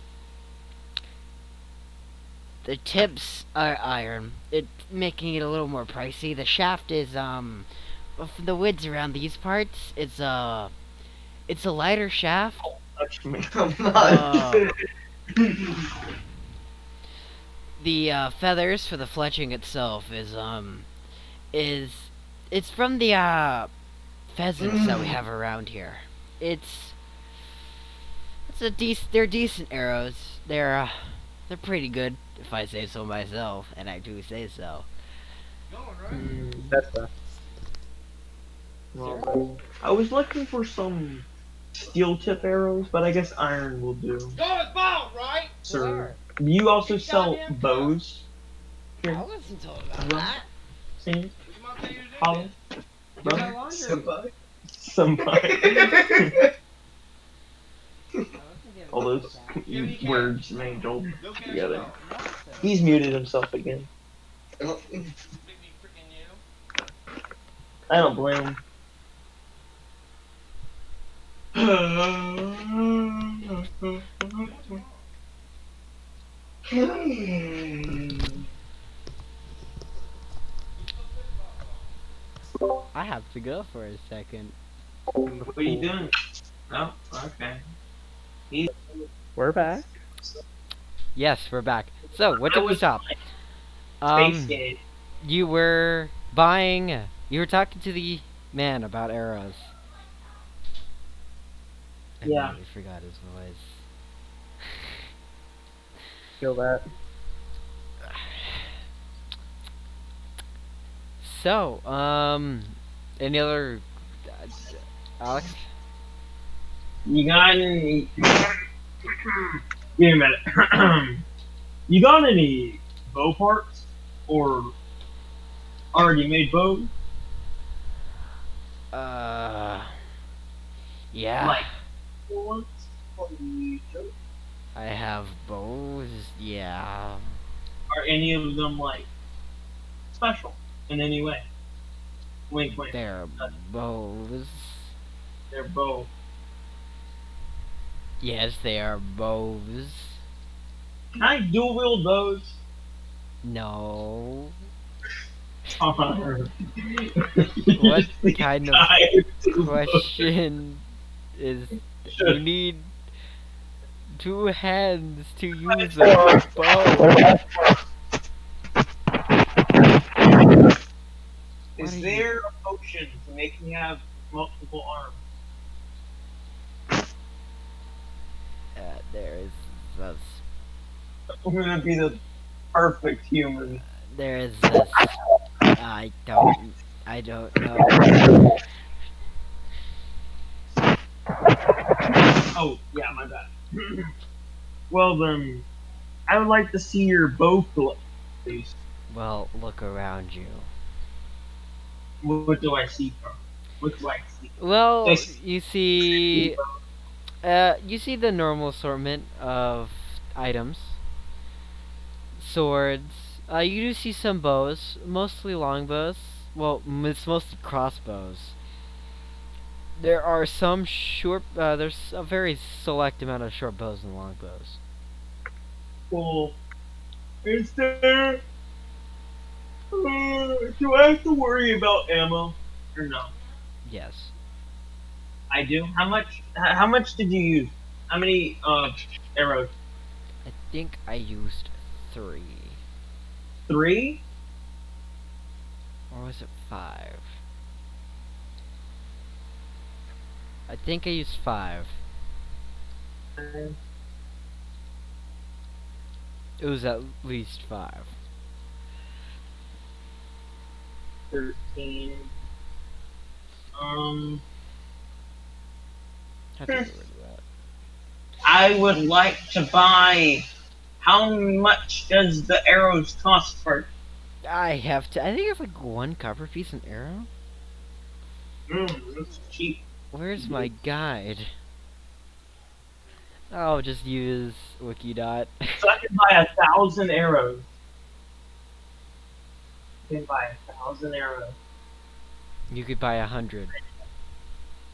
Speaker 1: The tips are iron. It's making it a little more pricey. The shaft is um well, from the woods around these parts. It's uh it's a lighter shaft.
Speaker 3: Touch me.
Speaker 4: I'm not.
Speaker 1: Uh, the uh, feathers for the fletching itself is um is it's from the uh pheasants that we have around here. It's it's a dec- they're decent arrows. They're uh, they're pretty good if I say so myself, and I do say so.
Speaker 2: That's uh,
Speaker 3: Well, I was looking for some steel tip arrows, but I guess iron will do.
Speaker 5: Goes bald, right?
Speaker 3: Sir, do you also sell bows?
Speaker 5: I wasn't told about that.
Speaker 3: See,
Speaker 5: It's my thing to do
Speaker 3: Holland?
Speaker 5: this.
Speaker 3: Bro?
Speaker 5: No longer.
Speaker 4: Somebody.
Speaker 3: Somebody.
Speaker 5: I wasn't getting
Speaker 3: All those
Speaker 5: that.
Speaker 3: words made old
Speaker 5: Look at
Speaker 3: together.
Speaker 5: yourself. Nothing.
Speaker 3: He's muted himself again.
Speaker 5: Big, big freaking you.
Speaker 3: I don't blame him.
Speaker 1: I have to go for a second.
Speaker 3: What are you doing? Oh, okay.
Speaker 2: We're back.
Speaker 1: Yes, we're back. So, what did
Speaker 3: That
Speaker 1: we
Speaker 3: was
Speaker 1: stop?
Speaker 3: Space
Speaker 1: Um,
Speaker 3: game.
Speaker 1: you were buying. You were talking to the man about arrows. I
Speaker 3: Yeah.
Speaker 1: completely forgot his voice.
Speaker 2: Feel that.
Speaker 1: So, um, any other, uh, d- Alex?
Speaker 3: You got any? Wait a minute. you got any bow parts or already made bows?
Speaker 1: Uh, yeah,
Speaker 3: Like,
Speaker 1: I have bows. Yeah,
Speaker 3: Are any of them like special in any way? Wink, wink.
Speaker 1: They're bows.
Speaker 3: They're both.
Speaker 1: Yes, they are bows.
Speaker 3: Can I dual wield those?
Speaker 1: No.
Speaker 3: Connor.
Speaker 1: What kind of
Speaker 3: of
Speaker 1: question is you need two hands to use a bow? What are
Speaker 3: Is
Speaker 1: you-
Speaker 3: there a potion to make me have multiple arms?
Speaker 1: Uh, there is a
Speaker 3: I'm gonna be the perfect human.
Speaker 1: There is this. I don't. I don't know.
Speaker 3: Oh, yeah, my bad. well then, I would like to see your bow flip, please.
Speaker 1: Well, look around you.
Speaker 3: What, what do I see from? What do I see?
Speaker 1: Well,
Speaker 3: Yes.
Speaker 1: you see, uh, you see the normal assortment of items. Swords. Uh, you do see some bows, mostly longbows. Well, m- it's mostly crossbows. There are some short. Uh, there's a very select amount of short bows and longbows.
Speaker 3: Well, is there? Uh, do I have to worry about ammo or no?
Speaker 1: Yes.
Speaker 3: I do. How much? h- How much did you use? How many uh, arrows?
Speaker 1: I think I used three.
Speaker 3: Three.
Speaker 1: Or was it five? I think I used five. It was at least five.
Speaker 3: Thirteen. Um,
Speaker 1: I have to get rid
Speaker 3: Hmm.
Speaker 1: of
Speaker 3: I would like to buy. How much does the arrows cost for?
Speaker 1: that. I have to. I think I have like one copper piece and arrow.
Speaker 3: Mm, that's cheap.
Speaker 1: Where's my
Speaker 3: Mm-hmm.
Speaker 1: guide? Oh, just use Wikidot.
Speaker 3: So I can buy a thousand arrows. I can buy a thousand arrows.
Speaker 1: you could buy a hundred.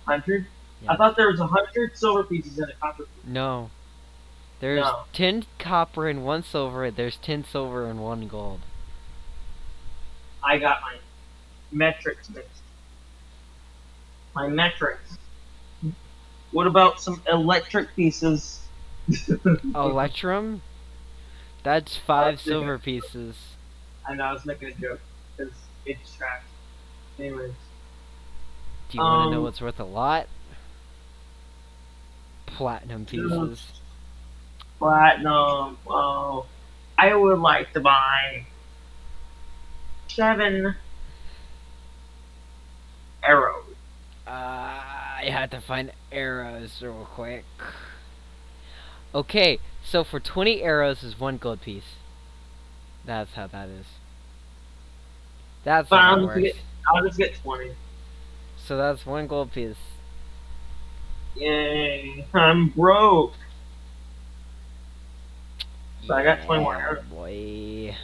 Speaker 3: Hundred?
Speaker 1: Yeah.
Speaker 3: I thought there was a hundred silver pieces in a copper piece.
Speaker 1: No. There's
Speaker 3: No.
Speaker 1: ten copper and one silver. and There's ten silver and one gold.
Speaker 3: I got my metrics mixed. My metrics. What about some electric pieces?
Speaker 1: Electrum? That's five
Speaker 3: Mm-hmm. That's it.
Speaker 1: silver pieces.
Speaker 3: I know I was making a joke because it distracts. Anyways,
Speaker 1: Do you want to know
Speaker 3: Um,
Speaker 1: what's worth a lot? Platinum pieces.
Speaker 3: platinum. Oh, I would like to buy seven arrows.
Speaker 1: Uh, I had to find arrows real quick. Okay, so for 20 arrows is one gold piece. That's how that is. That's how that
Speaker 3: Found
Speaker 1: works.
Speaker 3: it. I'll just get twenty.
Speaker 1: So that's one gold piece.
Speaker 3: Yay! I'm broke. So I got 20 more
Speaker 1: Yeah,
Speaker 3: arrows.
Speaker 1: Boy.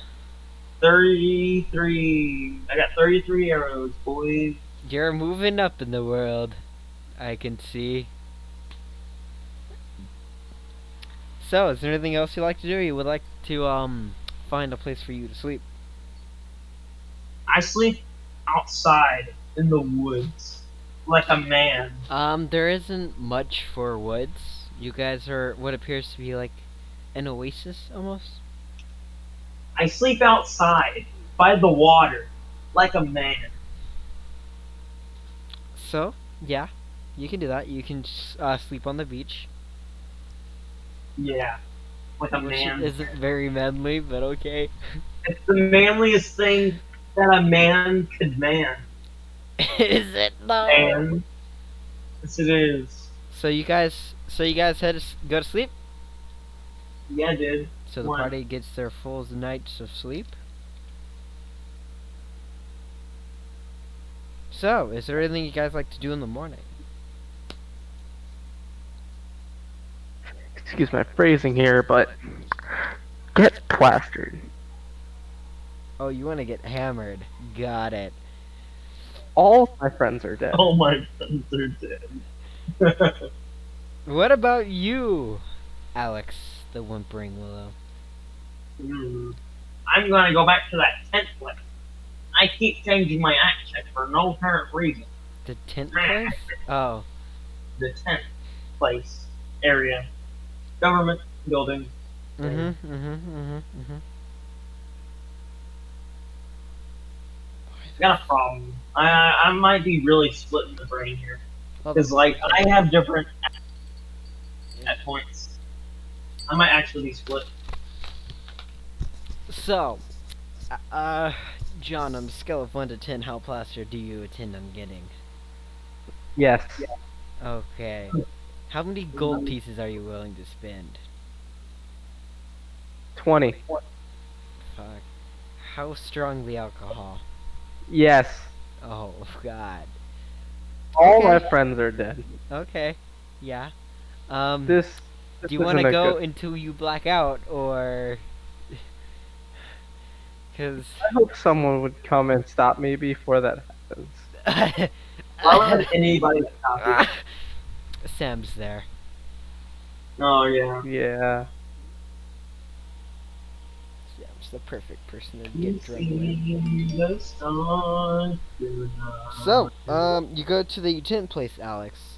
Speaker 3: Thirty-three. I got thirty-three arrows, boys.
Speaker 1: You're moving up in the world. I can see. So, is there anything else you like to do? You would like to um find a place for you to sleep?
Speaker 3: I sleep outside in the woods like a man.
Speaker 1: Um, there isn't much for woods. You guys are what appears to be like an oasis almost.
Speaker 3: I sleep outside by the water like a man.
Speaker 1: So, yeah, you can do that. You can s- uh, sleep on the beach,
Speaker 3: Yeah, like a
Speaker 1: which
Speaker 3: man.
Speaker 1: isn't very manly, but okay.
Speaker 3: It's the manliest thing that a man could man.
Speaker 1: Is it though?
Speaker 3: And yes, it is.
Speaker 1: So you guys, so you guys head to s- go to sleep.
Speaker 3: Yeah, dude.
Speaker 1: So the
Speaker 3: One.
Speaker 1: party gets their full nights of sleep. So, is there anything you guys like to do in the morning?
Speaker 2: Excuse my phrasing here, but get plastered.
Speaker 1: Oh, you want to get hammered. Got it.
Speaker 2: All of my friends are dead.
Speaker 3: All Oh my friends are dead.
Speaker 1: What about you, Alex, the whimpering willow?
Speaker 3: Hmm. I'm gonna go back to that tent place. I keep changing my accent for no apparent reason.
Speaker 1: The tent place? Oh,
Speaker 3: The tent place area. Government building.
Speaker 1: mhm, mhm, mhm, mhm.
Speaker 3: Got a problem. I I might be really splitting the brain here.
Speaker 1: Well,
Speaker 3: Because, like, I have different at points. I might actually be split.
Speaker 1: So, uh, uh, John, on a scale of 1 to 10, how plaster do you intend on getting?
Speaker 2: Yes.
Speaker 1: Okay. How many gold pieces are you willing to spend?
Speaker 2: 20.
Speaker 1: Fuck. How strong the alcohol?
Speaker 2: Yes.
Speaker 1: Oh, God.
Speaker 2: All my
Speaker 1: Okay.
Speaker 2: friends are dead.
Speaker 1: Okay. Yeah. Um,
Speaker 2: This.
Speaker 1: do you want to go until you black out, or... Because...
Speaker 2: I hope someone would come and stop me before that happens.
Speaker 1: Ah.
Speaker 3: Why would anybody stop you?
Speaker 1: Sam's there.
Speaker 3: Oh, yeah.
Speaker 2: Yeah.
Speaker 1: Sam's the perfect person to
Speaker 3: You
Speaker 1: get drunk with.
Speaker 3: see the stars tonight.
Speaker 1: So, um, you go to the tent place, Alex.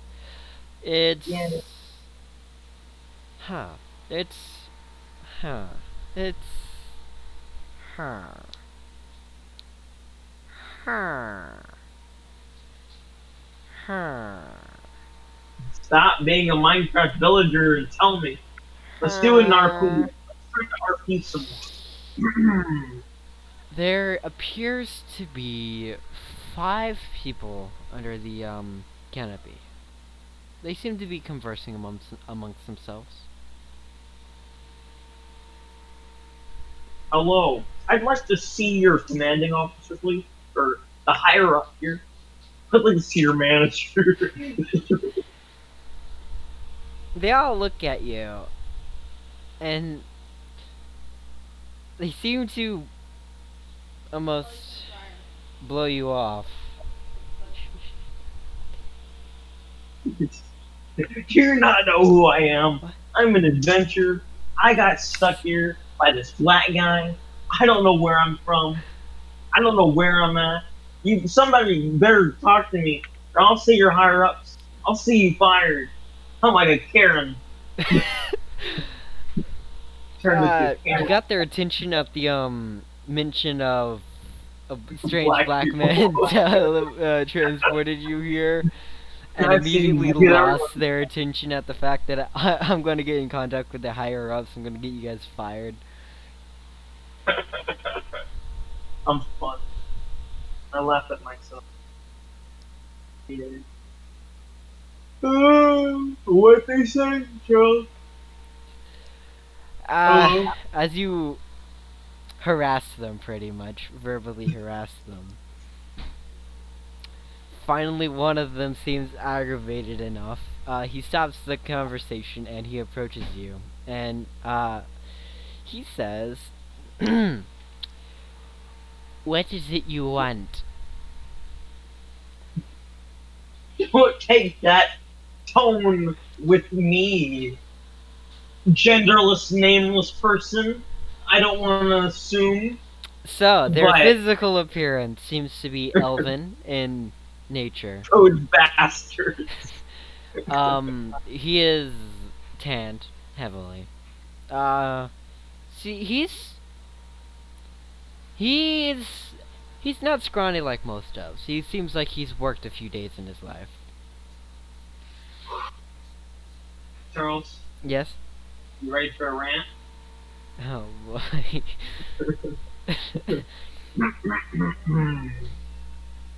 Speaker 1: It's.
Speaker 3: Yes.
Speaker 1: Huh. It's. Huh. It's. Huh. Huh. Huh.
Speaker 3: Stop being a Minecraft villager and tell me. Let's do an RP. Let's try to RP some.
Speaker 1: There appears to be five people under the um canopy. They seem to be conversing amongst amongst themselves.
Speaker 3: Hello. I'd like to see your commanding officer, please, or the higher up here. I'd like to see your manager.
Speaker 1: they all look at you and they seem to almost blow you off.
Speaker 3: you not know who I am. I'm an adventurer. I got stuck here by this black guy. I don't know where I'm from. I don't know where I'm at. You somebody better talk to me, or I'll see your higher ups. I'll see you fired. I'm like a Karen.
Speaker 1: Uh,
Speaker 3: Turn into a
Speaker 1: you
Speaker 3: Karen.
Speaker 1: got their attention at the um mention of a b- strange
Speaker 3: Black
Speaker 1: black,
Speaker 3: people.
Speaker 1: man tele- uh, transported you here. And
Speaker 3: I've seen
Speaker 1: immediately
Speaker 3: you do that.
Speaker 1: lost their attention at the fact that I, I'm going to get in contact with the higher ups. I'm going to get you guys fired.
Speaker 3: I'm fun. I laugh at myself. Yeah. Um, what they say, Joe? Oh,
Speaker 1: Uh, as you harass them pretty much, verbally harass them. Finally, one of them seems aggravated enough. Uh, he stops the conversation and he approaches you. And uh, he says, What is it you want?
Speaker 3: Don't take that tone with me, genderless, nameless person. I don't want to assume.
Speaker 1: So, their
Speaker 3: What?
Speaker 1: physical appearance seems to be elven in nature.
Speaker 3: Code bastard.
Speaker 1: um, he is tanned heavily. Uh, see, he's he's he's not scrawny like most doves. He seems like he's worked a few days in his life.
Speaker 3: Charles,
Speaker 1: Yes.
Speaker 3: you ready for a rant?
Speaker 1: Oh boy.
Speaker 3: Hmm.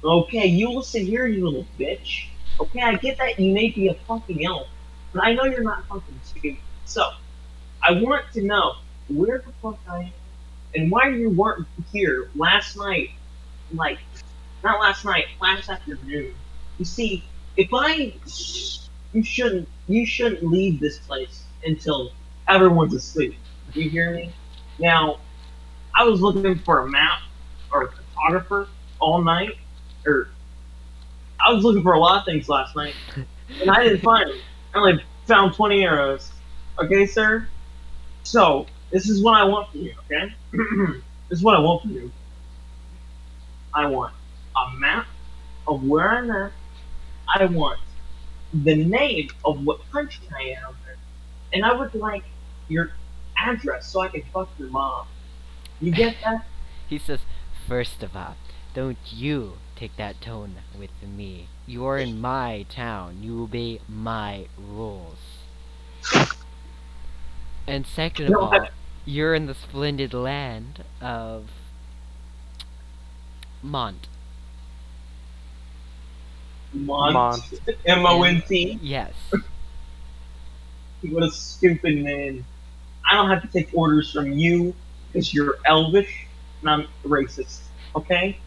Speaker 3: okay, you listen here, you little bitch. Okay, I get that you may be a fucking elf, but I know you're not fucking stupid. So, I want to know where the fuck I am and why you weren't here last night. Like, not last night, last afternoon. You see, if I, you shouldn't, you shouldn't leave this place until everyone's asleep. You hear me? Now, I was looking for a map photographer all night, or I was looking for a lot of things last night, and I didn't find them. I only found 20 arrows. Okay, sir? So, this is what I want from you, okay? this is what I want from you. I want a map of where I'm at. I want the name of what country I am in. And I would like your address so I can fuck your mom. You get that?
Speaker 1: He says, First of all, don't you take that tone with me. You are in my town. You obey my rules. And second of
Speaker 3: No, I-
Speaker 1: all, you're in the splendid land of Mont.
Speaker 3: Mont.
Speaker 2: Mont.
Speaker 3: M O N T.
Speaker 1: Yes.
Speaker 3: What a stupid name. I don't have to take orders from you because you're elvish and I'm racist. Okay?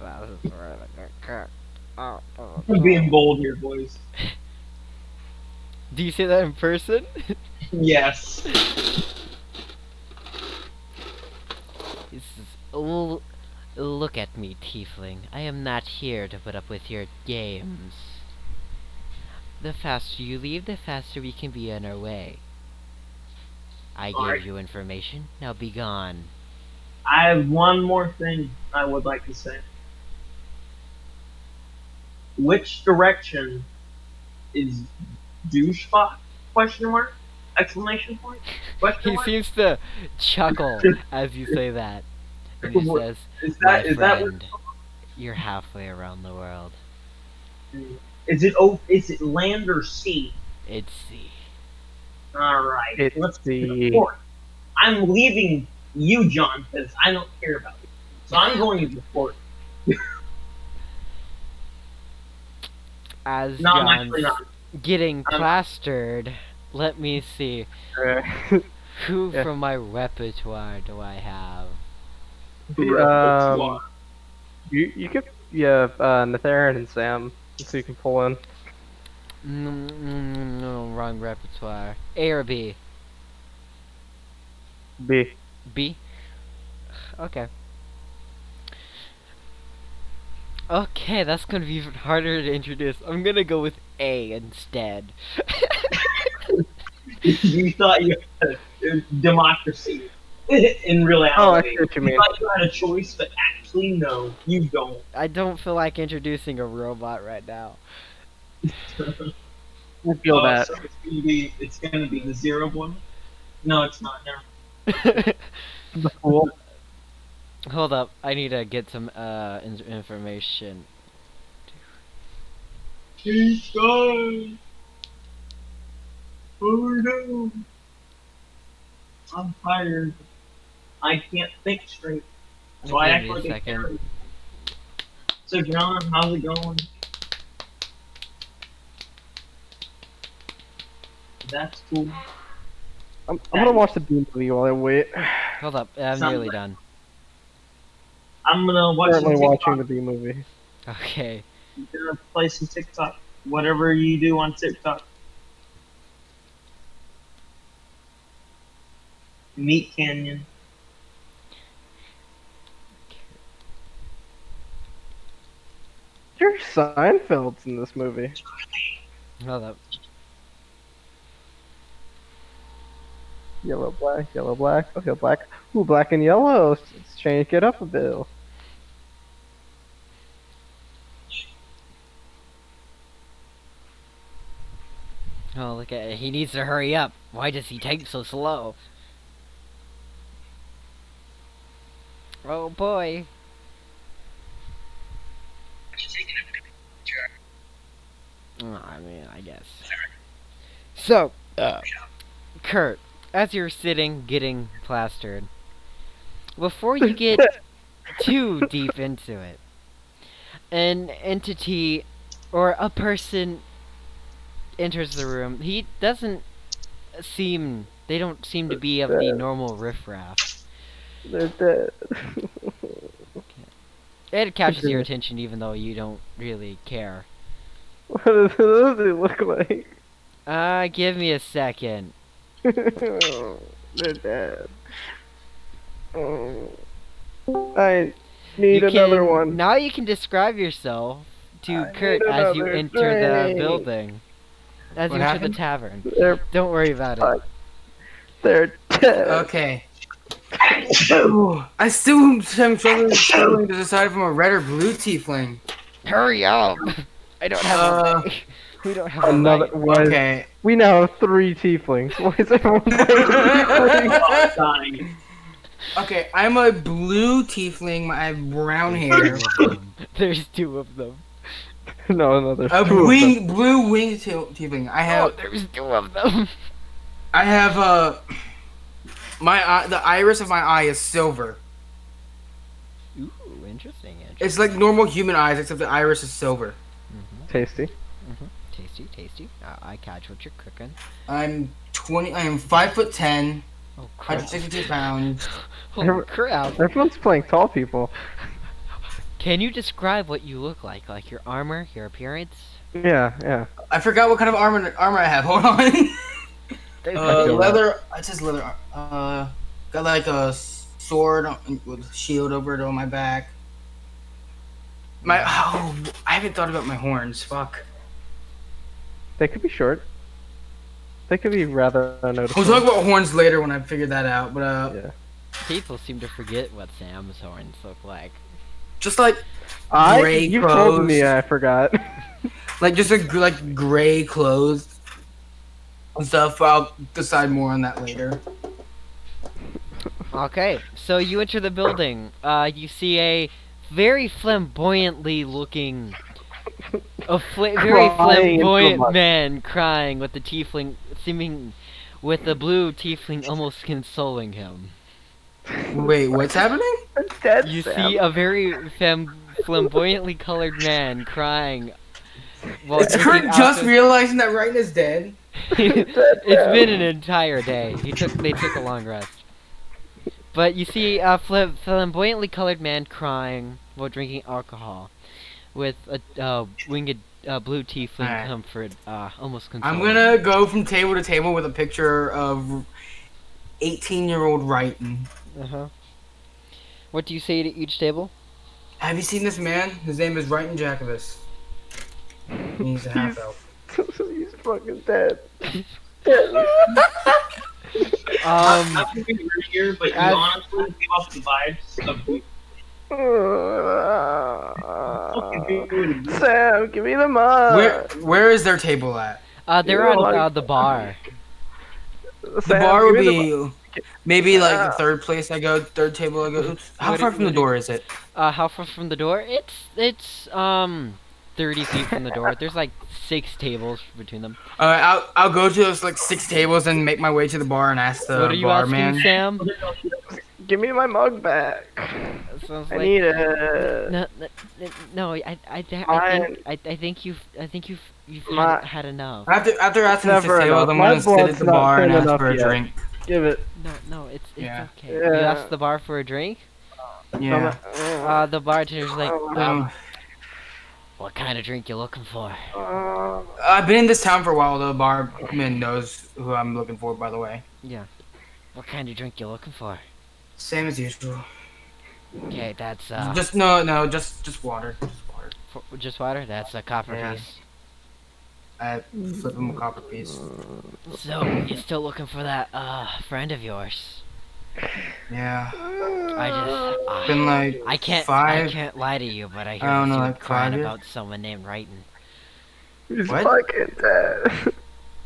Speaker 2: Uh,
Speaker 3: I'm being bold here, boys.
Speaker 1: Do you say that in person?
Speaker 3: Yes.
Speaker 1: He says, "Oh, look at me, tiefling. I am not here to put up with your games. The faster you leave, the faster we can be on our way. I
Speaker 3: Alright.
Speaker 1: gave you information. Now be gone.
Speaker 3: I have one more thing I would like to say. Which direction is douchebot? Question mark? Exclamation point? Question
Speaker 1: He
Speaker 3: mark?
Speaker 1: seems to chuckle as you say that. And he
Speaker 3: What-
Speaker 1: says,
Speaker 3: Is
Speaker 1: My
Speaker 3: that is that what,
Speaker 1: friend, you're halfway around the world.
Speaker 3: is it oh is it land or sea?
Speaker 1: It's sea.
Speaker 3: All right.
Speaker 2: It's
Speaker 3: let's
Speaker 2: the-
Speaker 3: get to port. I'm leaving you, John, because I don't care about you. So I'm going to the port.
Speaker 1: As
Speaker 3: No, I'm
Speaker 1: John's
Speaker 3: actually not.
Speaker 1: getting
Speaker 3: I'm-
Speaker 1: plastered, let me see.
Speaker 2: Uh,
Speaker 1: Who
Speaker 2: Yeah.
Speaker 1: from my repertoire do I have?
Speaker 2: um, you you could yeah uh, Natharin and Sam so you can pull in.
Speaker 1: Mm, mm, no, wrong repertoire. A or B?
Speaker 2: B.
Speaker 1: B? Okay. Okay, that's gonna be even harder to introduce. I'm gonna go with A instead.
Speaker 3: you thought you had a democracy in reality.
Speaker 2: Oh, I see what you mean.
Speaker 3: thought you had a choice, but actually, no, you don't.
Speaker 1: I don't feel like introducing a robot right now.
Speaker 2: I feel
Speaker 3: Uh,
Speaker 2: that.
Speaker 3: So it's gonna be it's gonna be the zero one. No, it's not. Never.
Speaker 2: Cool.
Speaker 1: Hold up, I need to get some uh in- information.
Speaker 3: He's gone. Oh no! I'm tired. I can't think straight. So I
Speaker 1: Give
Speaker 3: act
Speaker 1: me a
Speaker 3: like a
Speaker 1: second.
Speaker 3: parrot. So John, how's it going? That's cool.
Speaker 2: I'm, I'm gonna watch the B movie while I wait.
Speaker 1: Hold up, I'm
Speaker 3: Sounds
Speaker 1: nearly
Speaker 3: like-
Speaker 1: done.
Speaker 3: I'm gonna watch some
Speaker 2: Currently
Speaker 3: TikTok.
Speaker 2: watching the B movie.
Speaker 1: Okay.
Speaker 3: I'm gonna play some TikTok. Whatever you do on TikTok. Meat Canyon.
Speaker 2: There's Seinfeld's in this movie.
Speaker 1: Hold up.
Speaker 2: Yellow, black, yellow, black, okay, black. Ooh, black and yellow. Let's- Let's change it up a bit.
Speaker 1: Oh, look at it. He needs to hurry up. Why does he type so slow? Oh boy. Oh, I mean, I guess. So, uh, Kurt, as you're sitting getting plastered, before you get too deep into it, an entity or a person enters the room. He doesn't seem. They don't seem to be of the normal riffraff.
Speaker 2: They're dead.
Speaker 1: It catches your attention even though you don't really care.
Speaker 2: what does what does it look like?
Speaker 1: Uh, give me a second.
Speaker 2: They're dead. Oh. I need
Speaker 1: You
Speaker 2: another
Speaker 1: can-
Speaker 2: one.
Speaker 1: Now you can describe yourself to
Speaker 2: I
Speaker 1: Kurt
Speaker 2: need
Speaker 1: as you
Speaker 2: another
Speaker 1: enter
Speaker 2: drink.
Speaker 1: the building. As
Speaker 6: What
Speaker 1: you enter
Speaker 6: happened?
Speaker 1: the tavern.
Speaker 2: They're
Speaker 1: Don't worry about it.
Speaker 2: Fuck. they're dead.
Speaker 6: Okay. I still am struggling struggling to decide if I'm a red or blue tiefling.
Speaker 1: Hurry up! I don't have
Speaker 6: Uh,
Speaker 1: a We don't have
Speaker 2: Another
Speaker 1: a
Speaker 2: was
Speaker 6: Okay.
Speaker 2: we now have three tieflings. Why is everyone playing tieflings?
Speaker 3: Oh, dying.
Speaker 6: Okay, I'm a blue tiefling. I have brown hair.
Speaker 1: light. There's two of them.
Speaker 2: No, no, there's
Speaker 6: A
Speaker 2: two of them.
Speaker 6: wing, blue winged ti- tiefling. I
Speaker 1: Oh,
Speaker 6: have,
Speaker 1: there's two of them.
Speaker 6: I have, uh, my eye, the iris of my eye is silver.
Speaker 1: Ooh, interesting. interesting.
Speaker 6: It's like normal human eyes, except the iris is silver.
Speaker 1: Mhm,
Speaker 2: Tasty.
Speaker 1: Tasty, tasty. Uh, I catch what you're cooking.
Speaker 6: I'm 20, I am 5 foot 10,
Speaker 1: Oh crap!
Speaker 6: 162 pounds.
Speaker 1: Oh crap!
Speaker 2: Everyone's playing tall people.
Speaker 1: Can you describe what you look like? Like your armor, your appearance?
Speaker 2: Yeah, yeah.
Speaker 6: I forgot what kind of armor, armor I have. Hold on.
Speaker 1: There's
Speaker 6: Uh,
Speaker 2: Okay.
Speaker 6: leather. It says leather. ar- Uh, got like a s- sword on- with shield over it on my back. My oh, I haven't thought about my horns. Fuck.
Speaker 2: They could be short. They could be rather
Speaker 6: We'll
Speaker 2: unnoticeable.
Speaker 6: talk about horns later when I figure that out. But uh,
Speaker 2: Yeah.
Speaker 1: people seem to forget what Sam's horns look like.
Speaker 6: just like
Speaker 2: I
Speaker 6: gray
Speaker 2: you
Speaker 6: clothes.
Speaker 2: told me I forgot.
Speaker 6: like just a gr- like gray clothes and stuff. I'll decide more on that later.
Speaker 1: Okay, so you enter the building. Uh, you see a very flamboyantly looking, a fla- very
Speaker 2: Crying into the
Speaker 1: flamboyant
Speaker 2: mic.
Speaker 1: man crying with the tiefling, seeming with the blue tiefling almost consoling him.
Speaker 6: Wait, what's happening?
Speaker 2: Dead
Speaker 1: You
Speaker 2: Sam.
Speaker 1: see a very fam- flamboyantly colored man crying. While
Speaker 6: It's
Speaker 1: drinking
Speaker 6: Kurt just
Speaker 1: alco-
Speaker 6: realizing that Ryan is dead.
Speaker 1: it's been an entire day. He took they took a long rest. But you see a fla- flamboyantly colored man crying while drinking alcohol, with a uh, winged uh, blue tiefling
Speaker 6: Alright.
Speaker 1: comfort, uh, almost
Speaker 6: I'm
Speaker 1: consoling.
Speaker 6: gonna go from table to table with a picture of 18 year old Ryan.
Speaker 1: Uh
Speaker 2: Uh-huh.
Speaker 1: huh. What do you say to each table?
Speaker 6: Have you seen this man? His name is Ryan Jacobus. He's a half elf.
Speaker 2: He's fucking dead.
Speaker 1: Um,
Speaker 3: Not to be rude here, but you
Speaker 1: As-
Speaker 3: honestly give off the vibes of who fucking doing it.
Speaker 2: Sam, give me the mug.
Speaker 6: Where where is their table at?
Speaker 1: uh, they're
Speaker 2: You're
Speaker 1: on
Speaker 2: like-
Speaker 1: uh, the bar.
Speaker 2: The Uh,
Speaker 6: The bar would be maybe like the third place I go, third table I go. How
Speaker 1: Would
Speaker 6: far
Speaker 1: it-
Speaker 6: from the
Speaker 1: would it-
Speaker 6: door is it?
Speaker 1: Uh, how far from the door? It's it's um. 30 feet from the door. There's like six tables between them.
Speaker 6: Uh, I'll I'll go to those like six tables and make my way to the bar and ask the
Speaker 1: what are you asking,
Speaker 6: barman.
Speaker 1: Sam?
Speaker 2: Give me my mug back.
Speaker 1: Sounds
Speaker 2: I
Speaker 1: like-
Speaker 2: need it.
Speaker 1: No, no, no, no, I, I, I, I
Speaker 2: Mine-
Speaker 1: think, I, I think you've, I think you've, you've had-
Speaker 2: My-
Speaker 1: had enough.
Speaker 6: After after asking the six
Speaker 2: Never
Speaker 6: tables,
Speaker 2: enough.
Speaker 6: I'm
Speaker 2: My
Speaker 6: gonna sit at
Speaker 2: blood's
Speaker 6: the
Speaker 2: not
Speaker 6: bar and
Speaker 2: thin
Speaker 6: ask
Speaker 2: enough
Speaker 6: for a
Speaker 2: yet.
Speaker 6: drink.
Speaker 2: Give it.
Speaker 1: No, no, it's, it's
Speaker 6: Yeah.
Speaker 1: okay. You
Speaker 2: Yeah.
Speaker 1: asked the bar for a drink.
Speaker 6: Yeah.
Speaker 1: Uh, the bartender's like,
Speaker 6: Um,
Speaker 1: um, what kind of drink you looking for?
Speaker 2: Uh,
Speaker 6: I've been in this town for a while. The barman knows who I'm looking for, by the way.
Speaker 1: What kind of drink you looking for?
Speaker 6: Same as usual.
Speaker 1: Okay, that's uh,
Speaker 6: Just no, no, just just water. Just water.
Speaker 1: for, just water. That's a copper
Speaker 6: Yeah.
Speaker 1: piece.
Speaker 6: I
Speaker 1: Mm.
Speaker 6: flip him a copper piece.
Speaker 1: So you're still looking for that uh friend of yours?
Speaker 6: Yeah.
Speaker 1: I
Speaker 2: Uh,
Speaker 1: just, I-
Speaker 6: Been like
Speaker 1: I can't,
Speaker 6: five.
Speaker 1: I can't lie to you, but I hear that
Speaker 6: don't know,
Speaker 1: you were
Speaker 6: like
Speaker 1: crying
Speaker 6: five years?
Speaker 1: about someone named Wrighton.
Speaker 2: he's
Speaker 6: What?
Speaker 2: fucking dead.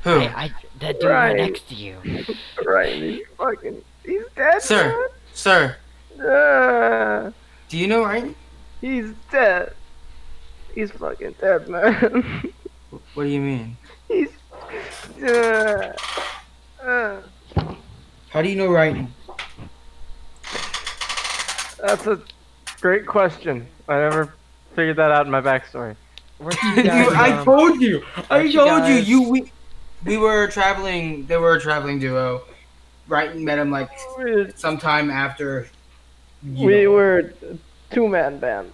Speaker 6: Who?
Speaker 1: I, I, that dude right
Speaker 2: Right.
Speaker 1: next to you.
Speaker 2: right, he's fucking. He's dead.
Speaker 6: Sir. Sir,
Speaker 2: man. Uh,
Speaker 6: do you know Ryan?
Speaker 2: he's dead. He's fucking dead, man.
Speaker 6: What do you mean?
Speaker 2: he's. Uh, uh,
Speaker 6: How do you know Ryan?
Speaker 2: that's a great question. I never figured that out in my backstory.
Speaker 1: Where'd you guys,
Speaker 6: I
Speaker 1: um,
Speaker 6: told you. I
Speaker 1: you
Speaker 6: told you.
Speaker 1: guys-
Speaker 6: You we we were traveling. They were a traveling duo. Ryan met him like
Speaker 2: We,
Speaker 6: sometime after. you
Speaker 2: we
Speaker 6: know.
Speaker 2: were two man band.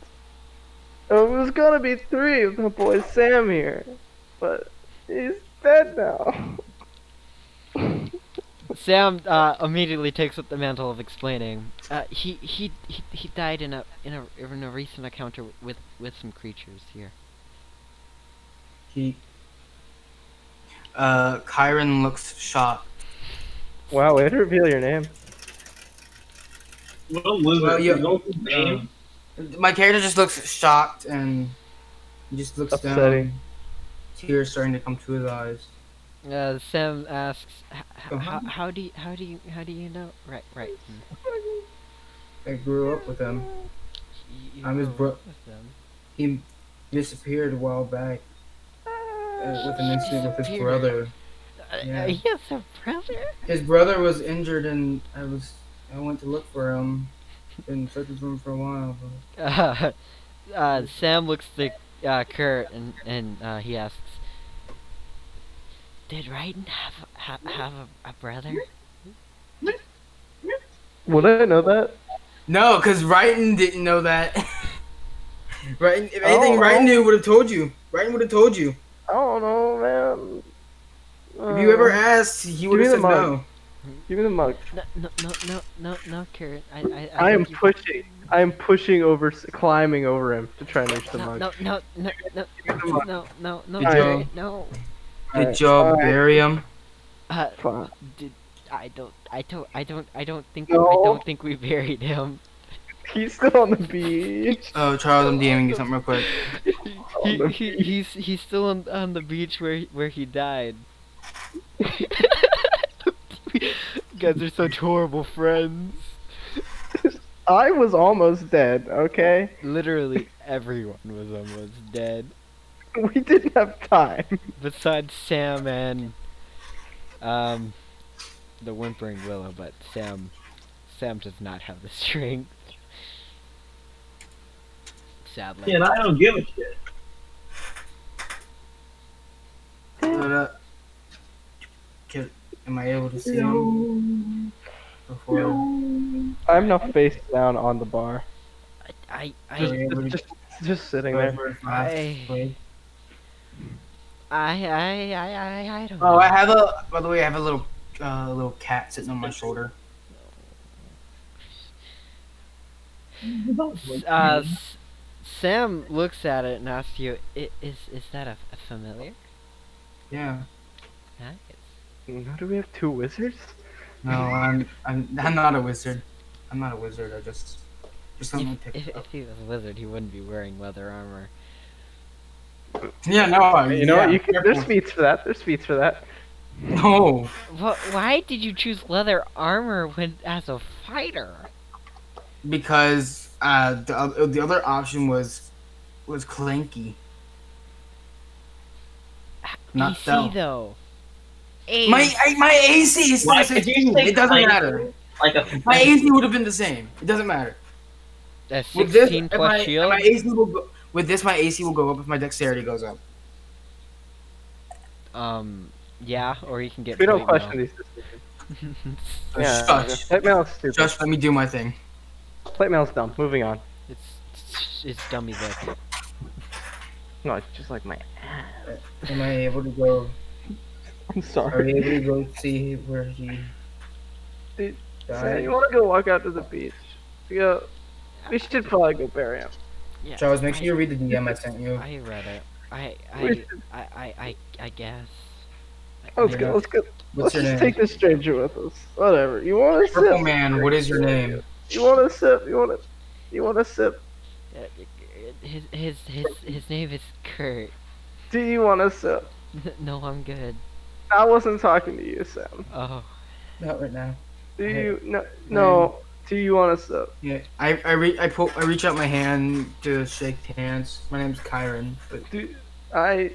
Speaker 2: It was gonna be three with my boy Sam here, but he's dead now.
Speaker 1: Sam uh, immediately takes up the mantle of explaining. Uh, he, he he he died in a in a in a recent encounter with with some creatures here.
Speaker 6: He. Uh, Kyron looks shocked.
Speaker 2: Wow, way to reveal your name.
Speaker 3: What a loser.
Speaker 6: Well, yeah.
Speaker 3: You know his name?
Speaker 6: Um, My character just looks shocked and he just looks
Speaker 2: Upsetting.
Speaker 6: down. Tears starting to come to his eyes.
Speaker 1: Uh, Sam asks, "H- h-
Speaker 6: Uh-huh.
Speaker 1: how how do you, how do you how do you know? Right, right. mm.
Speaker 6: I grew up with him.
Speaker 1: Hmm. You- you
Speaker 6: I'm his
Speaker 1: were
Speaker 6: bro-
Speaker 1: with them.
Speaker 6: He disappeared a while back uh, with an incident with his
Speaker 1: Disappeared.
Speaker 6: brother.
Speaker 1: Uh,
Speaker 6: Yeah.
Speaker 1: Uh, he has a brother.
Speaker 6: His brother was injured, and I was I went to look for him. Been searching for him for a while. but-
Speaker 1: Uh, uh, Sam looks to uh, Kurt and and uh, he asks, "Did Raiden have ha- have a, a brother?"
Speaker 2: Would I know that?
Speaker 6: No, because Raiden didn't know that. Raiden, if anything,
Speaker 2: Oh.
Speaker 6: Raiden knew would have told you. Raiden would have told you.
Speaker 2: I don't know, man.
Speaker 6: If you ever
Speaker 2: Uh,
Speaker 6: asked, he would
Speaker 2: me the
Speaker 6: have said
Speaker 2: mug.
Speaker 6: no.
Speaker 2: Give me the mug.
Speaker 1: No, no, no, no, no, no, Kurt. I, I,
Speaker 2: I am
Speaker 1: think you-
Speaker 2: pushing. I am pushing over, s- climbing over him to try and reach the
Speaker 1: No,
Speaker 2: mug.
Speaker 1: no, no, no, no,
Speaker 2: Give me the
Speaker 1: no,
Speaker 2: mug.
Speaker 1: no, no, no,
Speaker 6: Did
Speaker 1: Kurt,
Speaker 6: you-
Speaker 1: no.
Speaker 2: Alright, alright,
Speaker 6: bury him.
Speaker 1: Uh,
Speaker 2: fine.
Speaker 1: did, I don't, I don't, I don't, I don't think,
Speaker 2: No.
Speaker 1: I don't think we buried him.
Speaker 2: He's still on the beach.
Speaker 6: Oh, Charles, I'm DMing you something real quick.
Speaker 2: Oh,
Speaker 1: He, he, he's, he's still on, on the beach where, he- where he died. you guys are such horrible friends.
Speaker 2: I was almost dead. Okay,
Speaker 1: Literally everyone was almost dead,
Speaker 2: we didn't have time.
Speaker 1: besides Sam and, um, the whimpering Willow. But Sam, Sam does not have the strength. Sadly.
Speaker 3: Yeah, and I don't give a shit.
Speaker 6: But, uh, can- am I able to see him before?
Speaker 2: I'm now face down on the bar,
Speaker 1: I,
Speaker 6: Am
Speaker 1: I,
Speaker 6: I able to
Speaker 2: just, just sitting there.
Speaker 6: before five?
Speaker 1: I, I, I, I, I, I don't.
Speaker 6: Oh, I
Speaker 1: know.
Speaker 6: have a. By the way, I have a little, uh, little cat sitting on my shoulder.
Speaker 1: S- uh, S- Sam looks at it and asks you, "I- "Is is that a, a familiar?"
Speaker 6: Yeah.
Speaker 1: Nice.
Speaker 2: Now do we have two wizards?
Speaker 6: No, I'm, I'm, I'm not a wizard. I'm not a wizard. I just, just something to
Speaker 1: If,
Speaker 6: pick up.
Speaker 1: if he was a wizard, he wouldn't be wearing leather armor.
Speaker 6: Yeah, no. I,
Speaker 2: You know what?
Speaker 6: yeah,
Speaker 2: You can,
Speaker 6: careful.
Speaker 2: there's feats for that. There's feats for that.
Speaker 6: No,
Speaker 1: But why did you choose leather armor when as a fighter?
Speaker 6: because uh, the oth- the other option was was clanky. Not
Speaker 1: AC
Speaker 6: so.
Speaker 1: though. Ace.
Speaker 6: My I, my AC is
Speaker 3: Why
Speaker 6: still
Speaker 3: did you
Speaker 6: 16.
Speaker 3: say
Speaker 6: It doesn't
Speaker 3: clanky?
Speaker 6: matter.
Speaker 3: Like a
Speaker 6: My AC would have been the same. It doesn't matter.
Speaker 1: a
Speaker 6: With this,
Speaker 1: sixteen
Speaker 6: if
Speaker 1: plus
Speaker 6: my, if
Speaker 1: shield.
Speaker 6: my AC will go, with this, my AC will go up if my dexterity goes up.
Speaker 1: Um, yeah, or you can get.
Speaker 2: We
Speaker 1: blade
Speaker 2: don't
Speaker 1: mail.
Speaker 2: question these decisions.
Speaker 6: Uh,
Speaker 2: Yeah,
Speaker 6: shush.
Speaker 2: plate mail is stupid.
Speaker 6: Just let me do my thing.
Speaker 2: Plate mail's dumb. Moving on.
Speaker 1: It's it's dummy book.
Speaker 2: No, it's just like my.
Speaker 6: Am I able to go?
Speaker 2: I'm
Speaker 6: Are we
Speaker 2: sorry.
Speaker 6: able to go see where he?
Speaker 2: Dude, Sam,
Speaker 6: died?
Speaker 2: you want to go walk out to the beach? Yeah, we should probably go bury him.
Speaker 1: Yeah.
Speaker 6: Charles, make sure you read the DM I sent you.
Speaker 1: I read it. I I
Speaker 2: We-
Speaker 1: I I I, I guess.
Speaker 2: Let's
Speaker 6: Yeah.
Speaker 2: go. Let's go. let's
Speaker 6: What's your
Speaker 2: just
Speaker 6: name?
Speaker 2: take this stranger with us. Whatever. You want to
Speaker 6: Purple
Speaker 2: sip?
Speaker 6: man, what is your name?
Speaker 2: You want to sip? You want to? You want to sip?
Speaker 1: Uh, His his his his name is Kurt.
Speaker 2: Do you want to sip?
Speaker 1: No, I'm good.
Speaker 2: I wasn't talking to you, Sam.
Speaker 1: Oh,
Speaker 6: Not right now.
Speaker 2: Do
Speaker 6: Hey.
Speaker 2: you no no? Do you want to sip?
Speaker 6: Yeah, I I re- I pull I reach out my hand to shake hands. My name's Kyron, but
Speaker 2: Do I?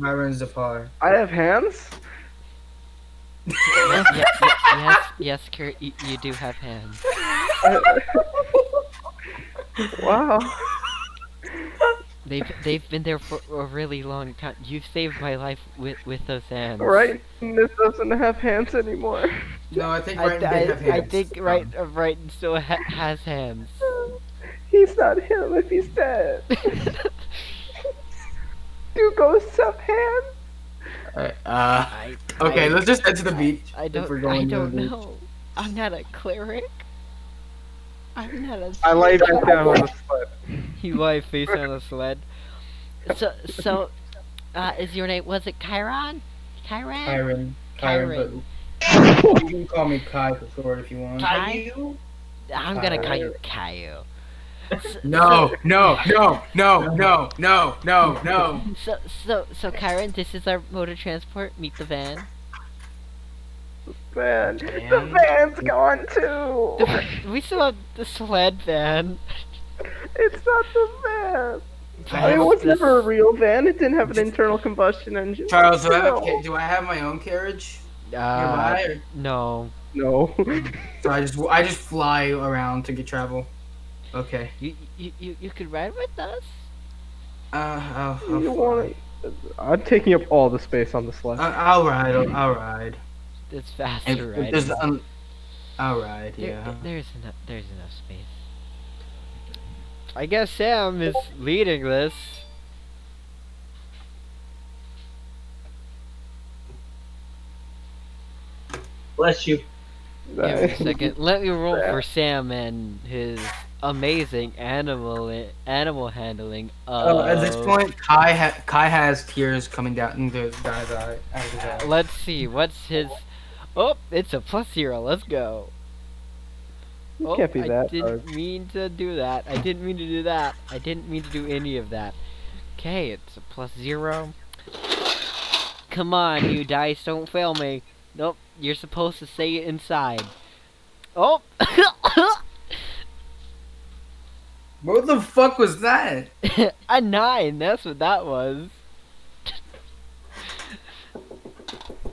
Speaker 6: Kyron's Zafar.
Speaker 2: I have hands.
Speaker 1: yes, yes, yes, yes, yes, Kurt, you, you do have hands.
Speaker 2: I- wow.
Speaker 1: They've they've been there for a really long time. You've saved my life with with those hands.
Speaker 2: Right, this doesn't have hands anymore.
Speaker 6: No, I think
Speaker 1: I,
Speaker 6: Ryan
Speaker 1: th-
Speaker 6: did have
Speaker 1: I, I
Speaker 6: hands. Um,
Speaker 1: think right uh, right still ha- has hands.
Speaker 2: He's not him if he's dead. You go sip hands.
Speaker 6: Alright, uh,
Speaker 1: I,
Speaker 6: okay,
Speaker 1: I,
Speaker 6: let's just head to the beach.
Speaker 1: I
Speaker 6: if
Speaker 1: don't.
Speaker 6: we're
Speaker 1: I
Speaker 6: going to the
Speaker 1: don't
Speaker 6: beach.
Speaker 1: know. I'm not a cleric. I'm not a.
Speaker 2: I lay back down on the sled.
Speaker 1: You lie face on a sled. So so, uh, is your name? Was it Chiron? Chiron.
Speaker 6: Kyron. Kyron,
Speaker 1: Kyron.
Speaker 6: but you can call me Kai for short if you want.
Speaker 1: Kai?
Speaker 3: Caillou?
Speaker 1: I'm gonna call you Caillou. S-
Speaker 6: No, no, no, no, no, no, no, no.
Speaker 1: So so so Chiron, this is our mode of transport. Meet the van.
Speaker 2: Man,
Speaker 6: Man.
Speaker 2: the van's gone too.
Speaker 1: We still have the sled van.
Speaker 2: It's not the van.
Speaker 1: I
Speaker 2: it
Speaker 1: hope
Speaker 2: was
Speaker 1: this-
Speaker 2: never a real van. It didn't have an internal combustion engine.
Speaker 6: Charles, uh, do I, have,
Speaker 2: No.
Speaker 6: do I have my own carriage
Speaker 1: Uh,
Speaker 6: nearby, or
Speaker 1: no,
Speaker 2: No.
Speaker 6: Oh, so I just I just fly around to get travel? Okay.
Speaker 1: you you you, you could ride with us.
Speaker 6: Uh, I'll, I'll,
Speaker 2: you want I'm taking up all the space on the sled.
Speaker 6: I- Uh, I'll ride. I'll, I'll ride.
Speaker 1: It's faster
Speaker 6: If, if
Speaker 1: riding.
Speaker 6: there's um, I'll ride.
Speaker 1: There-
Speaker 6: Yeah.
Speaker 1: there's enough. There's enough space. I guess Sam is leading this.
Speaker 3: Bless you.
Speaker 1: Give me a
Speaker 2: Nice.
Speaker 1: second. Let me roll
Speaker 2: Sam.
Speaker 1: for Sam and his amazing animal animal handling.
Speaker 6: Oh, at this
Speaker 1: of-
Speaker 6: point, Kai ha- Kai has tears coming down into his guy's eye. Out of his eye.
Speaker 1: Let's see. What's his? Oh, it's a plus zero. Let's go.
Speaker 2: You
Speaker 1: Oh,
Speaker 2: can't be
Speaker 1: I
Speaker 2: that
Speaker 1: didn't mean to do that. I didn't mean to do that. I didn't mean to do any of that. Okay, it's a plus zero. Come on, you dice, don't fail me. Nope, you're supposed to stay inside. Oh,
Speaker 6: What the fuck was that?
Speaker 1: a nine. That's what that was.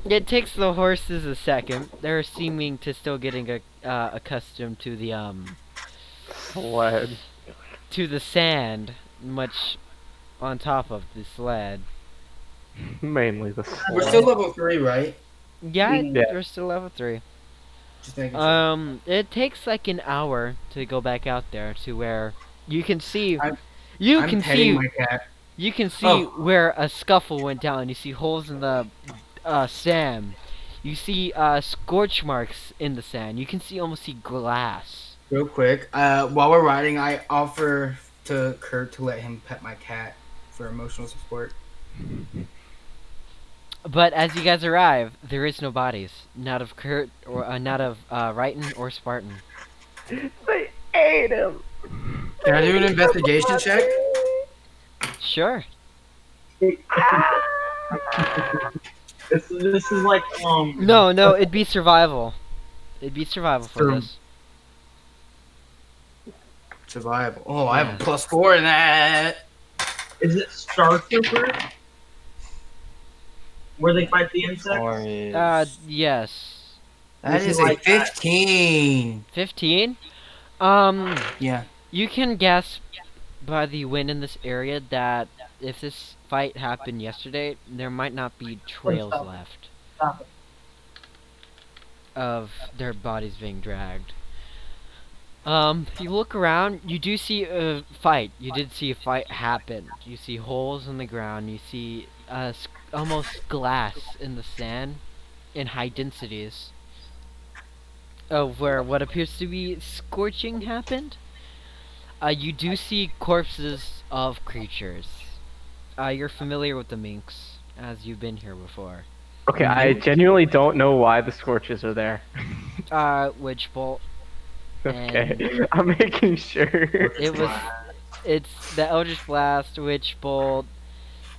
Speaker 1: It takes the horses a second. They're seeming to still getting a, uh, accustomed to the um
Speaker 2: Sled.
Speaker 1: to the sand, much on top of the sled.
Speaker 2: Mainly the sled.
Speaker 6: We're still level three, right?
Speaker 1: Yeah,
Speaker 2: Yeah.
Speaker 1: you're still level three.
Speaker 6: Just making sure.
Speaker 1: Um, it takes like an hour to go back out there to where you can see.
Speaker 6: I'm-
Speaker 1: you
Speaker 6: I'm
Speaker 1: can see.
Speaker 6: petting my cat.
Speaker 1: You can see
Speaker 6: Oh.
Speaker 1: where a scuffle went down. You see holes in the uh, sand. You see uh, scorch marks in the sand. You can see almost see glass.
Speaker 6: Real quick, uh, while we're riding, I offer to Kurt to let him pet my cat for emotional support.
Speaker 1: But as you guys arrive, there is no bodies. Not of Kurt or uh, not of uh, Wrighton or Spartan.
Speaker 2: They ate him.
Speaker 6: Can I do an investigation check?
Speaker 1: Sure.
Speaker 3: This, this is like, um.
Speaker 1: No, no, it'd be survival. It'd be survival for
Speaker 6: Sur-
Speaker 1: this.
Speaker 6: Survival. Oh, I have a plus four in that.
Speaker 3: Is it Star Trooper? Where they fight the insects?
Speaker 1: Uh, yes.
Speaker 6: that
Speaker 3: this
Speaker 6: is
Speaker 3: is
Speaker 6: a
Speaker 3: like that.
Speaker 6: fifteen.
Speaker 1: Fifteen. Um.
Speaker 6: Yeah.
Speaker 1: You can guess by the wind in this area that if this fight happened yesterday, there might not be trails
Speaker 3: stop.
Speaker 1: left
Speaker 3: Stop
Speaker 1: of their bodies being dragged. Um, you look around, you do see a fight. You did see a fight happen. You see holes in the ground. You see uh, s- almost glass in the sand in high densities of where what appears to be scorching happened. Uh, you do see corpses of creatures. Uh, you're familiar with the minks, as you've been here before.
Speaker 2: Okay, I genuinely don't know why the scorches are there.
Speaker 1: Uh, Witch Bolt.
Speaker 2: Okay, I'm making sure.
Speaker 1: It was. It's the Eldritch Blast, Witch Bolt,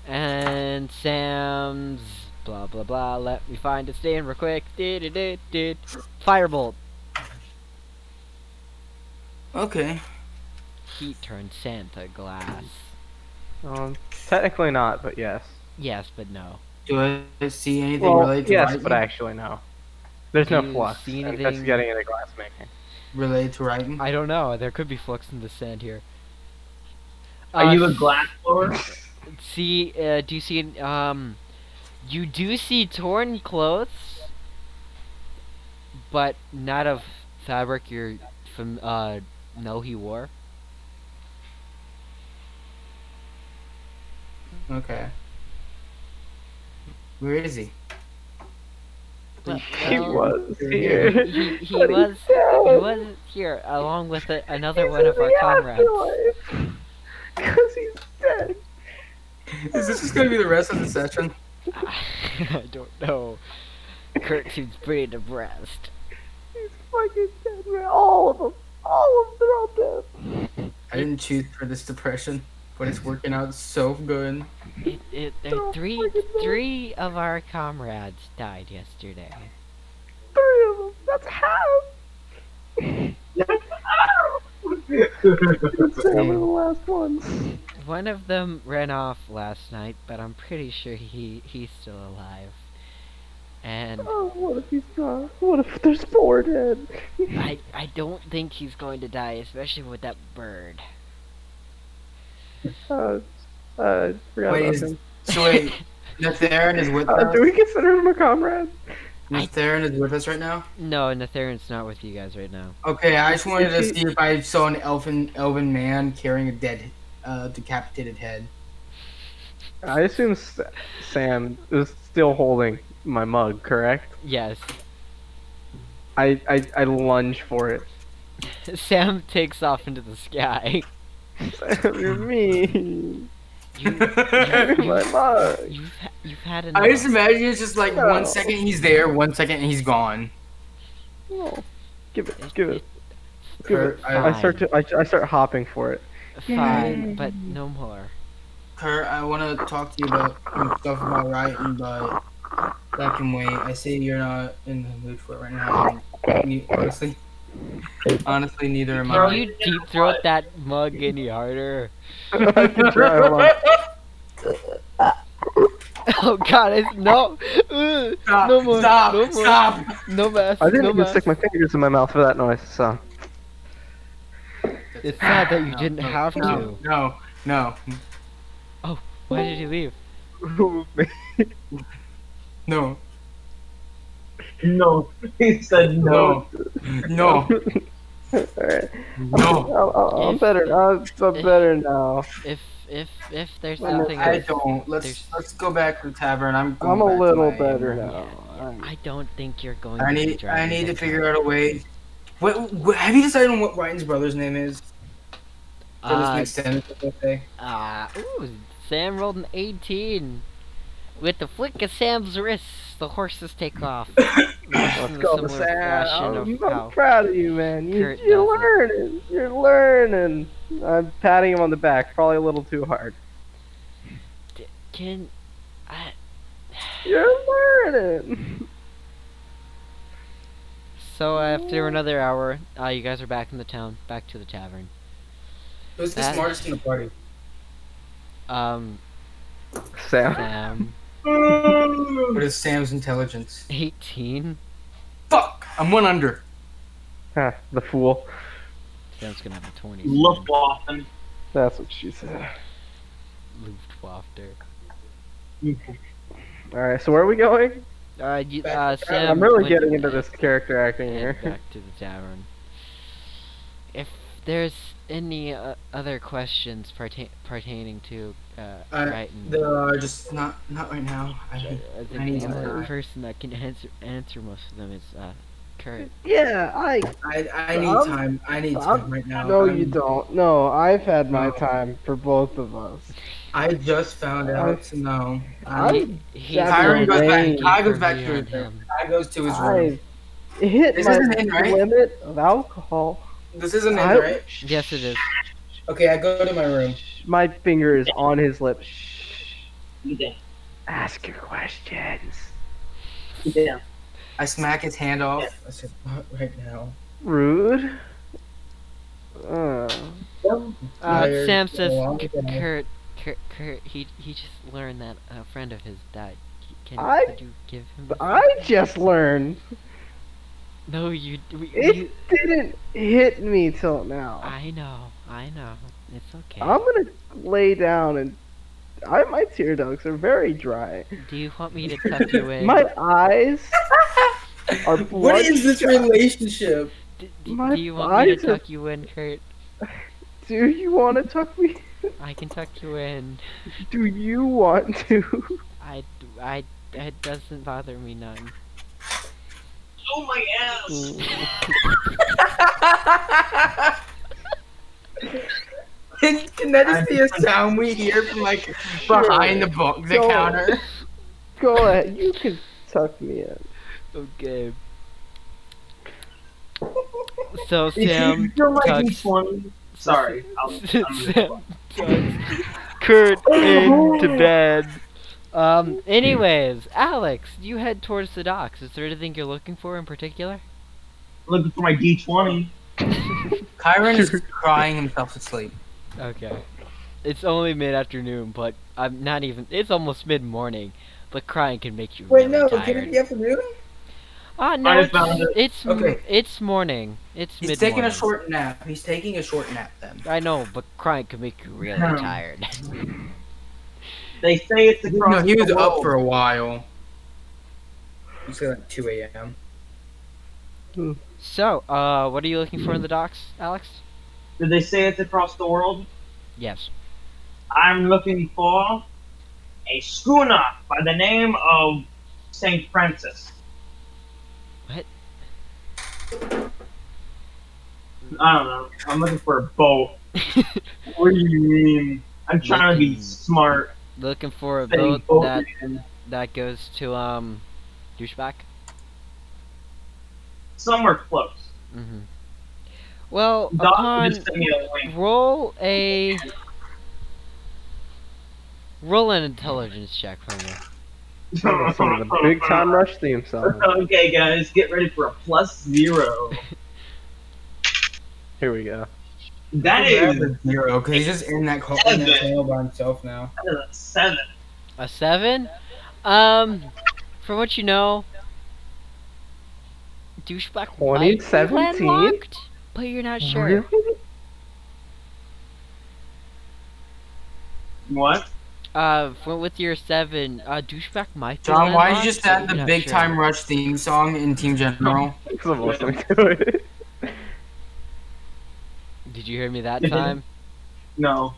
Speaker 1: and Sam's. Blah blah blah. Let me find a stand real quick. Did it did did. Firebolt.
Speaker 6: Okay.
Speaker 1: He turned Santa glass.
Speaker 2: Um, technically not, but yes.
Speaker 1: Yes, but no.
Speaker 6: Do I see anything
Speaker 2: Well,
Speaker 6: related to
Speaker 2: yes,
Speaker 6: writing?
Speaker 2: but actually no. There's no
Speaker 1: Do you
Speaker 2: flux.
Speaker 1: see
Speaker 2: I'm just
Speaker 1: anything?
Speaker 2: getting into glassmaking.
Speaker 6: related to writing?
Speaker 1: I don't know. There could be flux in the sand here.
Speaker 3: Are
Speaker 1: Uh,
Speaker 3: you a glass blower?
Speaker 1: see uh, do you see um you do see torn clothes but not of fabric you're from uh no he wore
Speaker 6: Okay. Where is he?
Speaker 1: Well,
Speaker 2: He
Speaker 1: well,
Speaker 2: was
Speaker 6: here.
Speaker 2: here.
Speaker 1: He, he
Speaker 2: But
Speaker 1: was. He
Speaker 2: dead.
Speaker 1: wasn't here, along with a, another
Speaker 2: He's
Speaker 1: one
Speaker 2: in
Speaker 1: of our
Speaker 2: the
Speaker 1: comrades.
Speaker 2: afterlife. Cause he's dead.
Speaker 6: Is this just gonna be the rest of the session?
Speaker 1: I don't know. Kirk seems pretty depressed.
Speaker 2: He's fucking dead, man. All of them. All of them are all dead.
Speaker 6: I didn't choose for this depression, but it's working out so good.
Speaker 1: It, it, uh,
Speaker 2: Don't
Speaker 1: three,
Speaker 2: fucking know.
Speaker 1: three of our comrades died yesterday.
Speaker 2: Three of them. That's half. Say I'm the last ones.
Speaker 1: One of them ran off last night, but I'm pretty sure he he's still alive. And
Speaker 2: Oh, what if he's not? What if there's four dead?
Speaker 1: I I don't think he's going to die, especially with that bird.
Speaker 2: Uh, uh, forgot
Speaker 6: Wait,
Speaker 2: about
Speaker 6: is-
Speaker 2: him.
Speaker 6: So wait, Natharin is with
Speaker 2: Uh,
Speaker 6: us.
Speaker 2: do we consider him a comrade?
Speaker 6: Natharin is with us right now.
Speaker 1: No, Natharin's not with you guys right now.
Speaker 6: Okay, I just wanted to
Speaker 2: Is he-
Speaker 6: see if I saw an elfin elven man carrying a dead, uh, decapitated head.
Speaker 2: I assume S- Sam is still holding my mug, correct?
Speaker 1: Yes,
Speaker 2: I, I, I lunge for it.
Speaker 1: Sam takes off into the sky.
Speaker 2: Sam, you're mean.
Speaker 1: You,
Speaker 2: my mug.
Speaker 1: you've ha- you've had enough.
Speaker 6: I just imagine it's just like
Speaker 2: No.
Speaker 6: one second he's there, one second he's gone.
Speaker 2: No. Give it, give it. Give
Speaker 6: Or-
Speaker 2: it. I start to, I, I start hopping for it.
Speaker 1: Fine, but no more.
Speaker 6: Kurt, I want to talk to you about some stuff about writing, but that can wait. I see you're not in the mood for it right now. and you- honestly, honestly, neither am
Speaker 1: Can
Speaker 6: I.
Speaker 1: you deep throat that mug any harder?
Speaker 2: I can try a lot.
Speaker 1: Oh God! It's, no, Ugh,
Speaker 6: Stop!
Speaker 1: no more,
Speaker 6: stop!
Speaker 1: no more,
Speaker 6: stop!
Speaker 1: no mask,
Speaker 2: I didn't
Speaker 1: no
Speaker 2: even
Speaker 1: mask.
Speaker 2: stick my fingers in my mouth for that noise, so.
Speaker 1: It's sad that you didn't
Speaker 6: no,
Speaker 1: have
Speaker 6: no,
Speaker 1: to.
Speaker 6: No, no,
Speaker 1: Why did you leave?
Speaker 2: Oh,
Speaker 6: no,
Speaker 3: No, he said no.
Speaker 6: no, no,
Speaker 2: Alright.
Speaker 6: no.
Speaker 2: I'm, I'm, I'm better. I'm, I'm better now.
Speaker 1: If if if there's
Speaker 2: Well,
Speaker 1: something,
Speaker 6: I
Speaker 1: else-
Speaker 6: don't. Let's
Speaker 1: There's-
Speaker 6: let's go back to the tavern. I'm. Going
Speaker 2: I'm a
Speaker 6: back to
Speaker 2: little
Speaker 6: my-
Speaker 2: better now.
Speaker 1: I don't think you're going.
Speaker 6: I
Speaker 1: to be
Speaker 6: need I
Speaker 1: driving
Speaker 6: need to
Speaker 1: this
Speaker 6: figure out a way. What, what have you decided on what Ryan's brother's name is? So this
Speaker 1: time.
Speaker 6: makes sense. Okay.
Speaker 1: Uh, uh, ooh, Sam rolled an 18. With the flick of Sam's wrists, the horses take off.
Speaker 2: Let's
Speaker 1: Let's
Speaker 2: go, Sam. I'm,
Speaker 1: Of
Speaker 2: I'm
Speaker 1: how
Speaker 2: proud of you, man. You,
Speaker 1: Kurt
Speaker 2: you're
Speaker 1: does it.
Speaker 2: learning. You're learning. I'm patting him on the back, probably a little too hard.
Speaker 1: Can I,
Speaker 2: You're learning.
Speaker 1: so after another hour, uh, you guys are back in the town, back to the tavern.
Speaker 6: Who's the
Speaker 1: That-
Speaker 6: smartest in the party?
Speaker 1: Um,
Speaker 2: Sam.
Speaker 1: Sam,
Speaker 6: What is Sam's intelligence?
Speaker 1: 18.
Speaker 6: Fuck! I'm one under.
Speaker 2: Huh, Ah, the fool.
Speaker 1: Sam's gonna have a 20.
Speaker 3: Look off and
Speaker 2: That's what she said.
Speaker 1: Luftwaffe.
Speaker 2: Alright, so where are we going?
Speaker 1: Uh, you, uh, Sam.
Speaker 2: I'm really
Speaker 1: when you
Speaker 2: getting into this character acting
Speaker 1: head
Speaker 2: here.
Speaker 1: back to the tavern. If there's any uh, other questions pertain- pertaining to uh,
Speaker 6: Uh,
Speaker 1: Brighton,
Speaker 6: There are just not not right now. I,
Speaker 1: I
Speaker 6: I
Speaker 1: think
Speaker 6: need
Speaker 1: the
Speaker 6: to
Speaker 1: only
Speaker 6: learn.
Speaker 1: person that can answer answer most of them is uh, Kurt.
Speaker 2: Yeah, I
Speaker 6: I, I need
Speaker 2: Um,
Speaker 6: time. I need
Speaker 2: um,
Speaker 6: time right now.
Speaker 2: No, you
Speaker 6: I'm-
Speaker 2: don't. No, I've had my
Speaker 6: No.
Speaker 2: time for both of us.
Speaker 6: I just found out. So no. I,
Speaker 2: I,
Speaker 1: He's
Speaker 2: Tyron
Speaker 1: the
Speaker 2: goes back-
Speaker 1: range
Speaker 6: Ty goes back
Speaker 1: from
Speaker 6: to
Speaker 1: you
Speaker 6: his
Speaker 1: on
Speaker 6: room.
Speaker 1: him.
Speaker 6: I goes to his room.
Speaker 2: I hit
Speaker 6: This
Speaker 2: my
Speaker 6: isn't in, right?
Speaker 2: limit of alcohol.
Speaker 6: This isn't
Speaker 2: I-
Speaker 6: it, right?
Speaker 1: Yes, it is.
Speaker 6: Okay, I go to my room.
Speaker 2: My finger is on his lips.
Speaker 3: yeah,
Speaker 2: Ask your questions.
Speaker 3: yeah.
Speaker 6: I smack his hand off. I said, not right now.
Speaker 2: Rude. Uh,
Speaker 1: Uh,
Speaker 6: Tired,
Speaker 1: Sam
Speaker 6: been a
Speaker 1: says,
Speaker 6: long
Speaker 1: "K-
Speaker 6: day."
Speaker 1: Kurt, Kurt, Kurt. He he just learned that a friend of his died. C- Can
Speaker 2: I-
Speaker 1: could you give him?
Speaker 2: I just learned
Speaker 1: No, you. We,
Speaker 2: it
Speaker 1: you
Speaker 2: didn't hit me till now.
Speaker 1: I know. I know. It's okay.
Speaker 2: I'm gonna lay down and I my tear ducts are very dry.
Speaker 1: Do you want me to tuck you in?
Speaker 2: My eyes are bloodshot.
Speaker 6: What is this relationship?
Speaker 1: D- d-
Speaker 2: my
Speaker 1: do you want me to
Speaker 2: eyes are-
Speaker 1: tuck you in, Kurt?
Speaker 2: Do you want to tuck me?
Speaker 1: I can tuck you in.
Speaker 2: Do you want to?
Speaker 1: I, I, it doesn't bother me none.
Speaker 3: Oh my ass!
Speaker 6: Can, can that just be a sound we hear from like behind the book, the
Speaker 2: Sure.
Speaker 6: counter?
Speaker 2: Go ahead. You can suck me in.
Speaker 1: Okay. So Sam
Speaker 3: If you feel like
Speaker 1: tucks-
Speaker 3: he's one, sorry. I'll, I'm gonna-
Speaker 1: Sam tucks Kurt into bed. Um. Anyways, Alex, you head towards the docks. Is there anything you're looking for in particular?
Speaker 3: looking for my D20.
Speaker 6: Kyron is crying himself to sleep.
Speaker 1: Okay. It's only mid-afternoon, but I'm not even. It's almost mid-morning, but crying can make you really tired.
Speaker 6: afternoon?
Speaker 1: Ah, no,
Speaker 3: I
Speaker 1: it's
Speaker 3: found it.
Speaker 1: it's, m
Speaker 6: Okay.
Speaker 1: it's morning. It's
Speaker 6: He's
Speaker 1: mid
Speaker 6: taking a short nap. He's taking a short nap then.
Speaker 1: I know, but crying can make you really
Speaker 3: Hmm.
Speaker 1: tired.
Speaker 3: They say it's across
Speaker 6: No, he was
Speaker 3: the world.
Speaker 6: up for a while. You say like 2 a.m.
Speaker 1: So, uh, what are you looking for in the docks, Alex?
Speaker 3: Did they say it's across the world?
Speaker 1: Yes.
Speaker 3: I'm looking for a schooner by the name of St. Francis.
Speaker 1: What?
Speaker 3: I don't know. I'm looking for a boat. What do you mean? I'm trying to be
Speaker 1: Looking-
Speaker 3: smart.
Speaker 1: looking for a
Speaker 3: Saying
Speaker 1: boat
Speaker 3: boat
Speaker 1: that
Speaker 3: man.
Speaker 1: that goes to um, douchebag.
Speaker 3: Somewhere close.
Speaker 1: Mm-hmm. Well,
Speaker 3: Doc
Speaker 1: upon
Speaker 3: just sent me a link.
Speaker 1: roll a roll an intelligence check for me.
Speaker 2: Listen to the big time rush theme song.
Speaker 3: okay, guys, get ready for a plus zero.
Speaker 2: Here we go.
Speaker 3: That is
Speaker 6: zero because he's just in that, call, in that call by himself now.
Speaker 3: that is a seven.
Speaker 1: A seven? Um, from what you know, douchebag might be
Speaker 2: 2017?
Speaker 1: landlocked, but you're not sure.
Speaker 3: What?
Speaker 1: Uh, from- with your seven, uh, douchebag might. be
Speaker 6: John, why did you
Speaker 1: landlocked,
Speaker 6: just
Speaker 1: but
Speaker 6: add
Speaker 1: you're
Speaker 6: the
Speaker 1: not
Speaker 6: big
Speaker 1: sure.
Speaker 6: time rush theme song in Team General?
Speaker 2: Because I'm listening to it.
Speaker 1: Did you hear me that
Speaker 3: Mhm.
Speaker 1: time?
Speaker 3: No.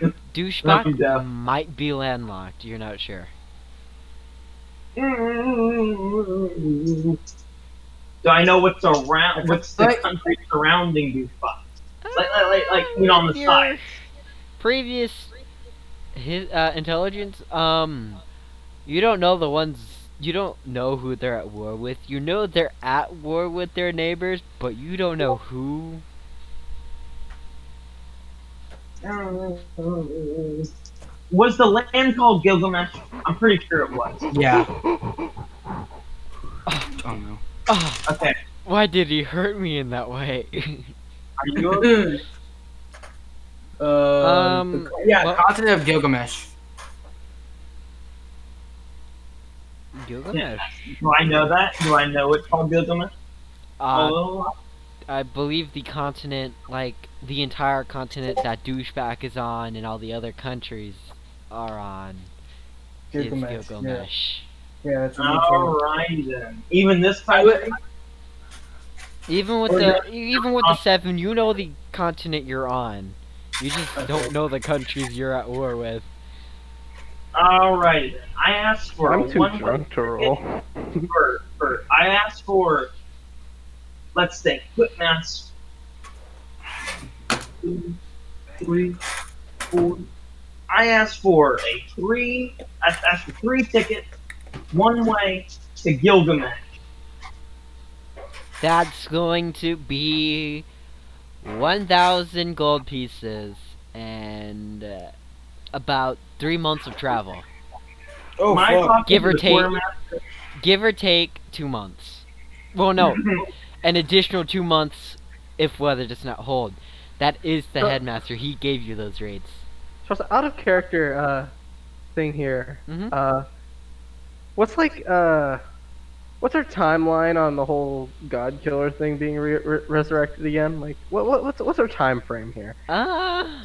Speaker 3: Nothing
Speaker 1: Douchebag
Speaker 3: down.
Speaker 1: might be landlocked. You're not sure.
Speaker 3: Do I know what's around? What's the
Speaker 6: Like-
Speaker 3: country surrounding these spots? Like, like, like, like, you know, on the
Speaker 1: Your
Speaker 3: side.
Speaker 1: Previous, his uh, intelligence. Um, you don't know the ones. You don't know who they're at war with. You know they're at war with their neighbors, but you don't know who.
Speaker 3: Was the land called Gilgamesh? I'm pretty sure it was.
Speaker 6: yeah. Oh no.
Speaker 1: Ah,
Speaker 3: Okay.
Speaker 1: why did he hurt me in that way?
Speaker 3: Are you
Speaker 1: Um,
Speaker 6: um, yeah,
Speaker 1: well-
Speaker 6: continent of Gilgamesh.
Speaker 1: Gilgamesh.
Speaker 3: Do I know that? Do I know it's called Gilgamesh?
Speaker 1: Uh,
Speaker 3: oh,
Speaker 1: I believe the continent, like the entire continent that douchebag is on, and all the other countries are on, is Gilgamesh.
Speaker 6: Yeah, yeah that's
Speaker 3: alright then. Even this time,
Speaker 1: Even with
Speaker 3: Or
Speaker 1: the e, even with the seven, you know the continent you're on. You just don't know the countries you're at war with.
Speaker 3: alright. then. I asked for a
Speaker 2: I'm too
Speaker 3: one
Speaker 2: drunk to roll.
Speaker 3: for, for I asked for let's say quick maths two, three, four. I asked for a three I asked for three tickets one way to Gilgamesh.
Speaker 1: That's going to be one thousand gold pieces and uh, about three months of travel,
Speaker 6: Oh,
Speaker 3: My fucking
Speaker 1: Give or take.
Speaker 3: format-
Speaker 1: give or take two months. Well, no, an additional two months if weather does not hold. That is the
Speaker 2: Uh,
Speaker 1: headmaster. He gave you those rates.
Speaker 2: Just out of character uh, thing here.
Speaker 1: Mhm.
Speaker 2: Uh, what's like uh, what's our timeline on the whole God Killer thing being re- re- resurrected again? Like, what, what what's what's our time frame here?
Speaker 1: Uh,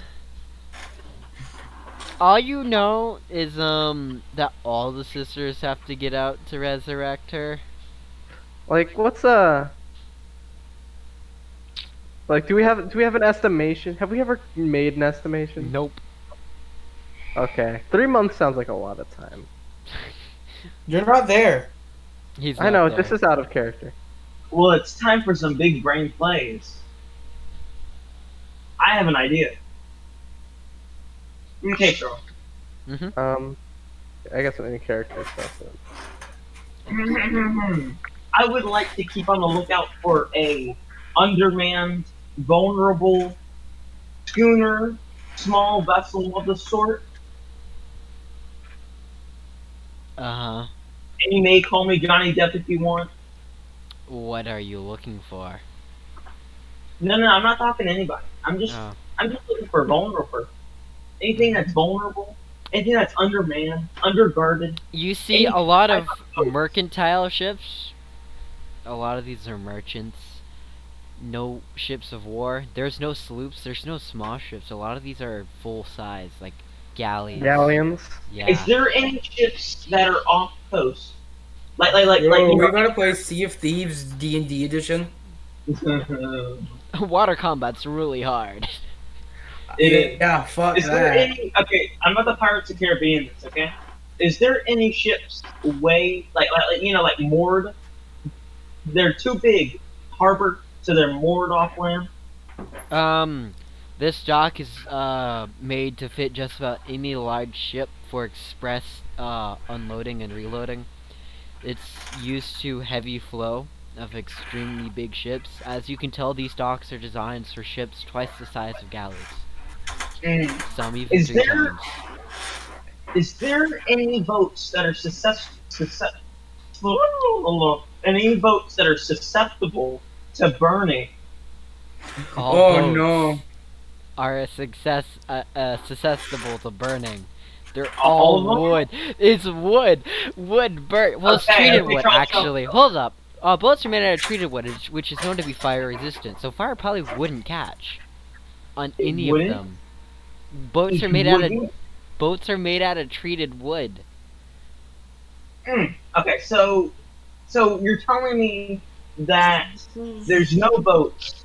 Speaker 1: all you know is um that all the sisters have to get out to resurrect her.
Speaker 2: Like, what's uh, like, do we have do we have an estimation? Have we ever made an estimation?
Speaker 1: Nope.
Speaker 2: Okay, three months sounds like a lot of time.
Speaker 6: You're not there.
Speaker 1: He's
Speaker 2: I
Speaker 1: not
Speaker 2: know
Speaker 1: there.
Speaker 2: this is out of character.
Speaker 3: Well, it's time for some big brain plays. I have an idea. Okay, Charles.
Speaker 2: Um, I guess I'm in character stuff. then.
Speaker 3: I would like to keep on the lookout for a undermanned, vulnerable schooner, small vessel of the sort.
Speaker 1: Uh huh.
Speaker 3: And you may call me Johnny Depp if you want.
Speaker 1: What are you looking for?
Speaker 3: No, no, I'm not talking to anybody. I'm just,
Speaker 1: Oh.
Speaker 3: I'm just looking for a vulnerable. person. Anything that's vulnerable, anything that's undermanned, underguarded.
Speaker 1: You see a lot of mercantile ships. A lot of these are merchants. No ships of war. There's no sloops. There's no small ships. A lot of these are full size, like galleys.
Speaker 2: Galleons.
Speaker 3: Is
Speaker 1: Yeah.
Speaker 3: there any ships that are off coast? Like, like, like,
Speaker 6: Yo,
Speaker 3: like. you know-
Speaker 6: we're gonna play Sea of Thieves D and D edition.
Speaker 1: Water combat's really hard.
Speaker 3: It is.
Speaker 6: Yeah, fuck
Speaker 3: Is there
Speaker 6: that.
Speaker 3: any okay? I'm not the Pirates of Caribbean. This okay? Is there any ships way like, like like, you know like moored? They're too big, harbor, so they're moored off land.
Speaker 1: Um, this dock is uh made to fit just about any large ship for express uh unloading and reloading. It's used to heavy flow of extremely big ships. As you can tell, these docks are designed for ships twice the size of galleys.
Speaker 6: Mm.
Speaker 1: Some even
Speaker 3: Is
Speaker 1: three
Speaker 3: there-
Speaker 1: times.
Speaker 3: Is there any boats that are susceptible? susceptible any boats that are susceptible to burning?
Speaker 1: All
Speaker 6: oh
Speaker 1: boats
Speaker 6: no.
Speaker 1: Are a success uh, uh susceptible to burning. They're
Speaker 3: All
Speaker 1: all
Speaker 3: of them?
Speaker 1: wood. It's wood. Wood burn. Well, it's
Speaker 3: Okay,
Speaker 1: treated
Speaker 3: okay,
Speaker 1: wood,
Speaker 3: Charles,
Speaker 1: actually. Hold up. Uh, bullets are made out of treated wood, which- which is known to be fire resistant, so fire probably wouldn't catch on
Speaker 3: It
Speaker 1: any
Speaker 3: wouldn't?
Speaker 1: of them. Boats are made out of boats are made out of treated wood.
Speaker 3: Okay, so so you're telling me that there's no boats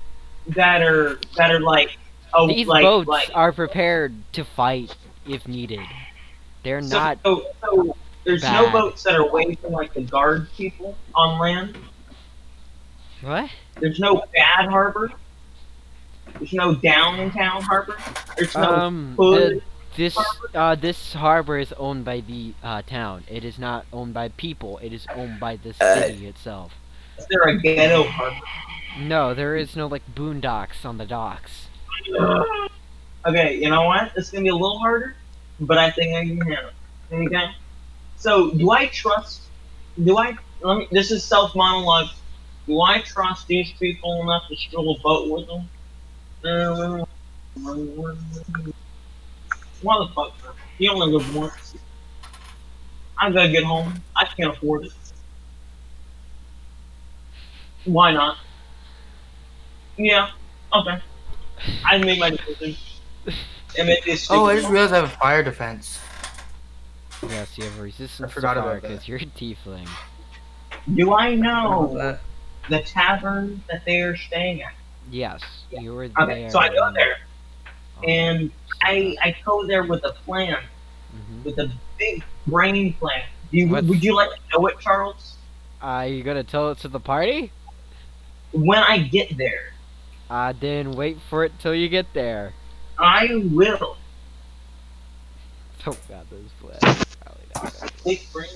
Speaker 3: that are that are like oh
Speaker 1: These
Speaker 3: like
Speaker 1: boats
Speaker 3: like
Speaker 1: are prepared to fight if needed. They're
Speaker 3: so,
Speaker 1: not.
Speaker 3: so, so there's no
Speaker 1: bad.
Speaker 3: boats that are away from like the guard people on land.
Speaker 1: What?
Speaker 3: There's no bad harbor. There's no downtown harbor. There's no
Speaker 1: Um. the-
Speaker 3: hood.
Speaker 1: This uh, this harbor is owned by the uh, town. It is not owned by people. It is owned by the city itself.
Speaker 3: Is there a ghetto harbor?
Speaker 1: No, there is no like boondocks on the docks.
Speaker 3: Okay, you know what? It's gonna be a little harder, but I think I can handle it. Okay. So, do I trust? Do I? Let me, this is self monologue. Do I trust these people enough to stroll a boat with them? Uh, Motherfucker, you only live once. I gotta get home. I can't afford it. Why not? Yeah. Okay. I made my decision. It may be a
Speaker 6: Oh, I just
Speaker 3: stupid
Speaker 6: realized I have a fire defense.
Speaker 1: Yes, you have resistance to
Speaker 6: forgot about
Speaker 1: fire
Speaker 6: that.
Speaker 1: because you're a tiefling.
Speaker 3: one. Do I know
Speaker 6: Oh, That-
Speaker 3: the tavern that they are staying at?
Speaker 1: Yes, you were
Speaker 3: Okay,
Speaker 1: there.
Speaker 3: so I go
Speaker 1: when-
Speaker 3: there,
Speaker 1: oh,
Speaker 3: and I I go there with a plan,
Speaker 1: mhm.
Speaker 3: with a big brain plan. Do you,
Speaker 1: What's-
Speaker 3: would you like to know it, Charles?
Speaker 1: Uh, you gonna tell it to the party?
Speaker 3: When I get there,
Speaker 1: Uh, then wait for it till you get there.
Speaker 3: I will
Speaker 1: Oh god, this plan. Probably not gonna-
Speaker 3: big brain.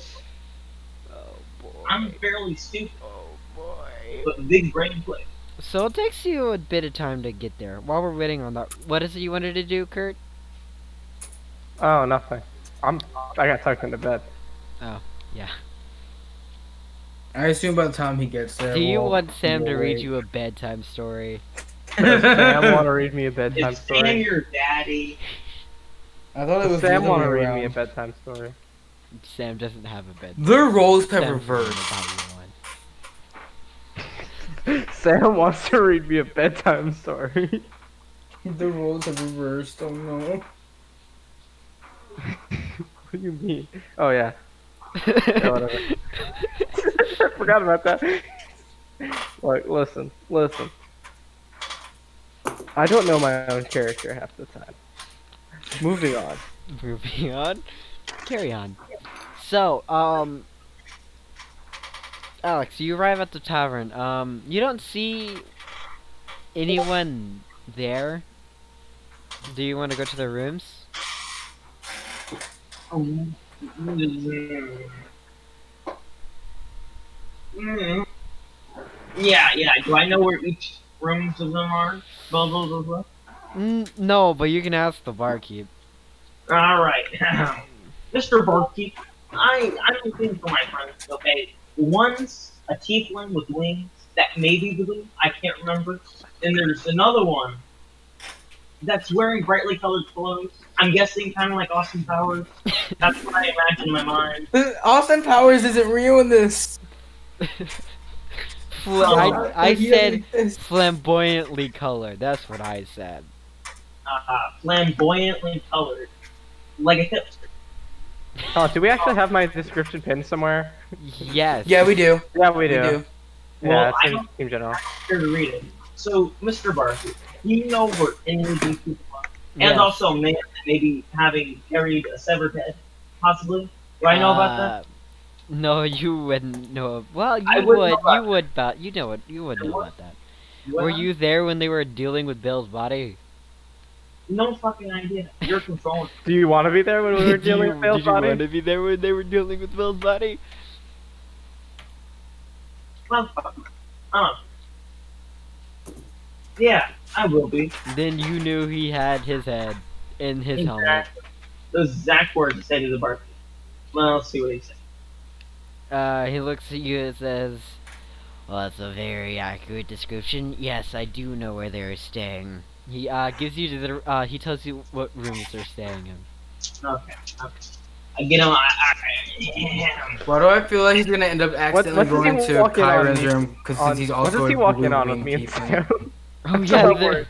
Speaker 1: Oh boy.
Speaker 3: I'm fairly stupid,
Speaker 1: Oh boy.
Speaker 3: but big brain play.
Speaker 1: So it takes you a bit of time to get there. While we're waiting on that, what is it you wanted to do, Kurt?
Speaker 2: Oh, nothing. I'm. I got tucked into bed.
Speaker 6: I assume by the time he gets there.
Speaker 1: Do you
Speaker 6: we'll-
Speaker 1: want Sam to
Speaker 6: we'll
Speaker 1: read
Speaker 6: wait.
Speaker 1: you a bedtime story?
Speaker 2: Does Sam want to read me a bedtime
Speaker 3: Is Sam
Speaker 2: story?
Speaker 3: your daddy?
Speaker 6: I thought it
Speaker 2: Does
Speaker 6: was
Speaker 2: Sam
Speaker 6: the
Speaker 2: want to
Speaker 6: other way
Speaker 2: read me a
Speaker 6: around.
Speaker 2: bedtime story?
Speaker 1: Sam doesn't have a bed.
Speaker 6: Their roles have
Speaker 1: Sam doesn't
Speaker 6: reversed.
Speaker 1: have a one.
Speaker 2: Sam wants to read me a bedtime story.
Speaker 6: The roles have reversed. Oh no.
Speaker 2: what do you mean? Oh yeah. Yeah, whatever. I forgot about that. Like, listen, listen. I don't know my own character half the time. Moving on.
Speaker 1: Moving on. Carry on. So, um, Alex, you arrive at the tavern. Um, you don't see anyone there. Do you want to go to their rooms?
Speaker 3: Um, mm, mm. Yeah, yeah. Do I know where each rooms of them are? Blah blah blah blah.
Speaker 1: N- no, but you can ask the barkeep.
Speaker 3: All right, Mr. Barkeep. I I don't think for my friends. Okay, one's a tiefling with wings that may be blue. I can't remember. And there's another one that's wearing brightly colored clothes. I'm guessing kind of like Austin Powers. That's what I imagine in my mind.
Speaker 6: Austin Powers isn't real in this.
Speaker 1: Fla- I, I
Speaker 6: He
Speaker 1: said
Speaker 6: really is.
Speaker 1: flamboyantly colored. That's what I said.
Speaker 3: Uh, flamboyantly colored, like a hipster.
Speaker 2: Oh, do we actually have my description pinned somewhere?
Speaker 1: Yes.
Speaker 6: Yeah, we do.
Speaker 2: Yeah, we
Speaker 6: We
Speaker 2: do.
Speaker 6: do.
Speaker 2: Yeah,
Speaker 3: Well, I
Speaker 2: seems,
Speaker 3: don't-
Speaker 2: seems general.
Speaker 3: Here to read it. So, Mr. Barkeep, you know where any of these people are.
Speaker 1: Yeah.
Speaker 3: And also a man that maybe having carried a severed head, possibly. Do I know about that?
Speaker 1: Uh, No, you wouldn't know. Well, you
Speaker 3: I
Speaker 1: would.
Speaker 3: would know about
Speaker 1: you would about. You know what? You would
Speaker 3: I
Speaker 1: know
Speaker 3: would.
Speaker 1: about that.
Speaker 3: Well,
Speaker 1: Uh, Were you there when they were dealing with Bill's body?
Speaker 3: No fucking idea. You're controlling.
Speaker 2: Do you want to be there when we were
Speaker 1: Did
Speaker 2: dealing
Speaker 1: you-
Speaker 2: with Bale's
Speaker 1: Did you want
Speaker 2: body?
Speaker 1: to be there when they were dealing with Bill's body?
Speaker 3: Motherfucker. Um. Yeah, I will be.
Speaker 1: Then you knew he had his head in his helmet.
Speaker 3: Exactly. Those exact words he said to the barkeep. Well, let's see what he said.
Speaker 1: Uh, he looks at you and says, "Well, that's a very accurate description. Yes, I do know where they're staying." He uh gives you the uh he tells you what rooms they're staying in.
Speaker 3: Okay. okay. I get him. I, I,
Speaker 6: Why do I feel like he's gonna end up accidentally
Speaker 2: what does he
Speaker 6: going to
Speaker 2: walk in on
Speaker 6: Kyra's
Speaker 2: me-
Speaker 6: room? Because
Speaker 2: On-
Speaker 6: since he's
Speaker 2: what
Speaker 6: also
Speaker 2: does he
Speaker 6: a
Speaker 2: walk in
Speaker 6: blue
Speaker 2: on with
Speaker 6: green
Speaker 2: me and
Speaker 6: tiefling.
Speaker 2: Sam?
Speaker 1: Oh yeah,
Speaker 2: Don't
Speaker 1: they're-
Speaker 2: worry.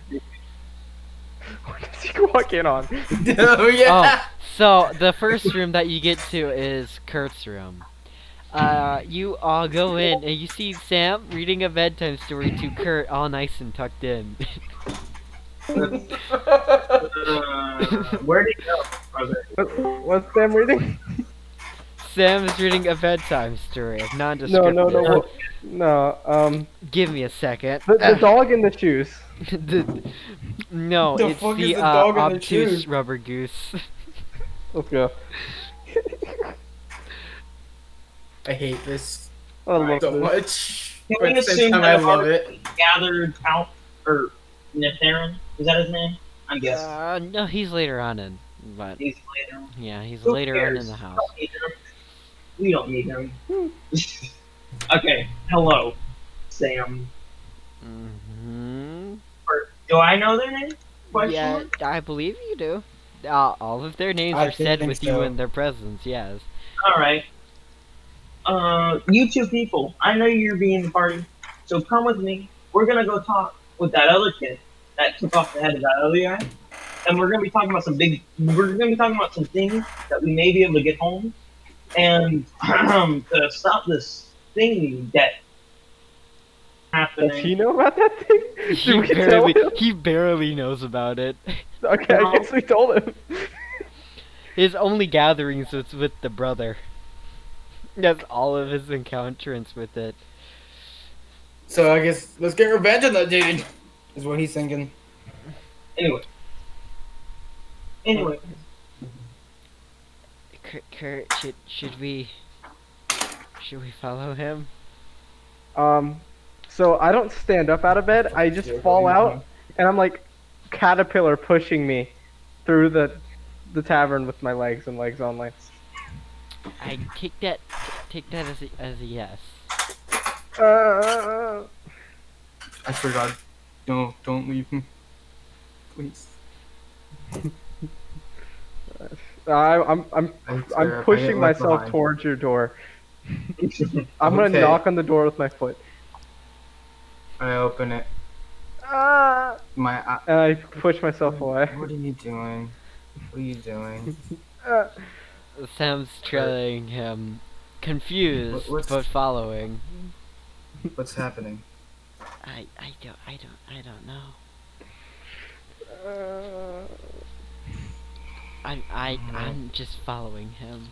Speaker 2: What does he walk in on?
Speaker 6: oh yeah.
Speaker 1: So the first room that you get to is Kurt's room. Uh, you all go in and you see Sam reading a bedtime story to Kurt, all nice and tucked in.
Speaker 3: uh, where did he go, brother?
Speaker 2: What, what's Sam reading?
Speaker 1: Sam is reading a bedtime story of
Speaker 2: No,
Speaker 1: nondescript.
Speaker 2: no, no,
Speaker 1: Uh,
Speaker 2: no. No, um,
Speaker 1: Give me a second.
Speaker 2: the, the dog in the shoes.
Speaker 1: The- no,
Speaker 6: The
Speaker 1: it's
Speaker 6: fuck
Speaker 1: the,
Speaker 6: is the
Speaker 1: uh,
Speaker 6: dog in the
Speaker 1: obtuse
Speaker 6: shoes?
Speaker 1: rubber goose.
Speaker 2: Let's go.
Speaker 6: I hate this
Speaker 2: I love
Speaker 6: so
Speaker 2: this.
Speaker 6: much.
Speaker 3: Can
Speaker 6: But
Speaker 3: we
Speaker 6: at the same
Speaker 3: assume
Speaker 6: time,
Speaker 3: that
Speaker 6: I love it.
Speaker 3: Gathered out or Netherin? Is that his name? I'm guessing.
Speaker 1: Uh, no, he's later on in, but
Speaker 3: He's later.
Speaker 1: yeah, he's
Speaker 3: Who
Speaker 1: later on in
Speaker 3: cares?
Speaker 1: the house.
Speaker 3: We don't need him. We don't need him. okay, hello, Sam.
Speaker 1: hmm
Speaker 3: Do I know their name? Question
Speaker 1: Yeah,
Speaker 3: mark?
Speaker 1: I believe you do. Uh, all of their names
Speaker 6: I
Speaker 1: are said
Speaker 6: think
Speaker 1: with you
Speaker 6: so.
Speaker 1: in their presence. Yes.
Speaker 3: All right. Uh, you two people, I know you're being the party, so come with me. We're gonna go talk with that other kid that took off the head of that other guy, and we're gonna be talking about some big. We're gonna be talking about some things that we may be able to get home, and to stop this thing that
Speaker 2: Does
Speaker 3: happening.
Speaker 2: he know about that thing?
Speaker 1: He
Speaker 2: Did we tell
Speaker 1: barely,
Speaker 2: him?
Speaker 1: he barely knows about it.
Speaker 2: Okay,
Speaker 3: No.
Speaker 2: I guess we told him.
Speaker 1: His only gatherings was with the brother. That's all of his encounters with it.
Speaker 6: So I guess let's get revenge on that dude. Is what he's thinking.
Speaker 3: Anyway. Anyway,
Speaker 1: Kurt, Kurt should should we should we follow him?
Speaker 2: Um, so I don't stand up out of bed. I just fall out, and I'm like caterpillar pushing me through the the tavern with my legs and legs only.
Speaker 1: I take that take that as a, as a yes.
Speaker 2: Uh,
Speaker 6: I swear to God, no, don't leave him, please.
Speaker 2: I, I'm I'm
Speaker 6: I swear, if I
Speaker 2: I'm
Speaker 6: get
Speaker 2: pushing
Speaker 6: left
Speaker 2: myself
Speaker 6: behind-
Speaker 2: towards your door. I'm gonna
Speaker 6: Okay.
Speaker 2: knock on the door with my foot.
Speaker 6: I open it.
Speaker 2: Ah!
Speaker 6: My. I-
Speaker 2: And I push myself away.
Speaker 6: What are you doing? What are you doing?
Speaker 2: Uh,
Speaker 1: Sam's trailing him, um, confused
Speaker 6: what's-
Speaker 1: but following.
Speaker 6: What's happening?
Speaker 1: I I don't I don't I don't know.
Speaker 2: uh,
Speaker 1: I I
Speaker 6: Mm.
Speaker 1: I'm just following him.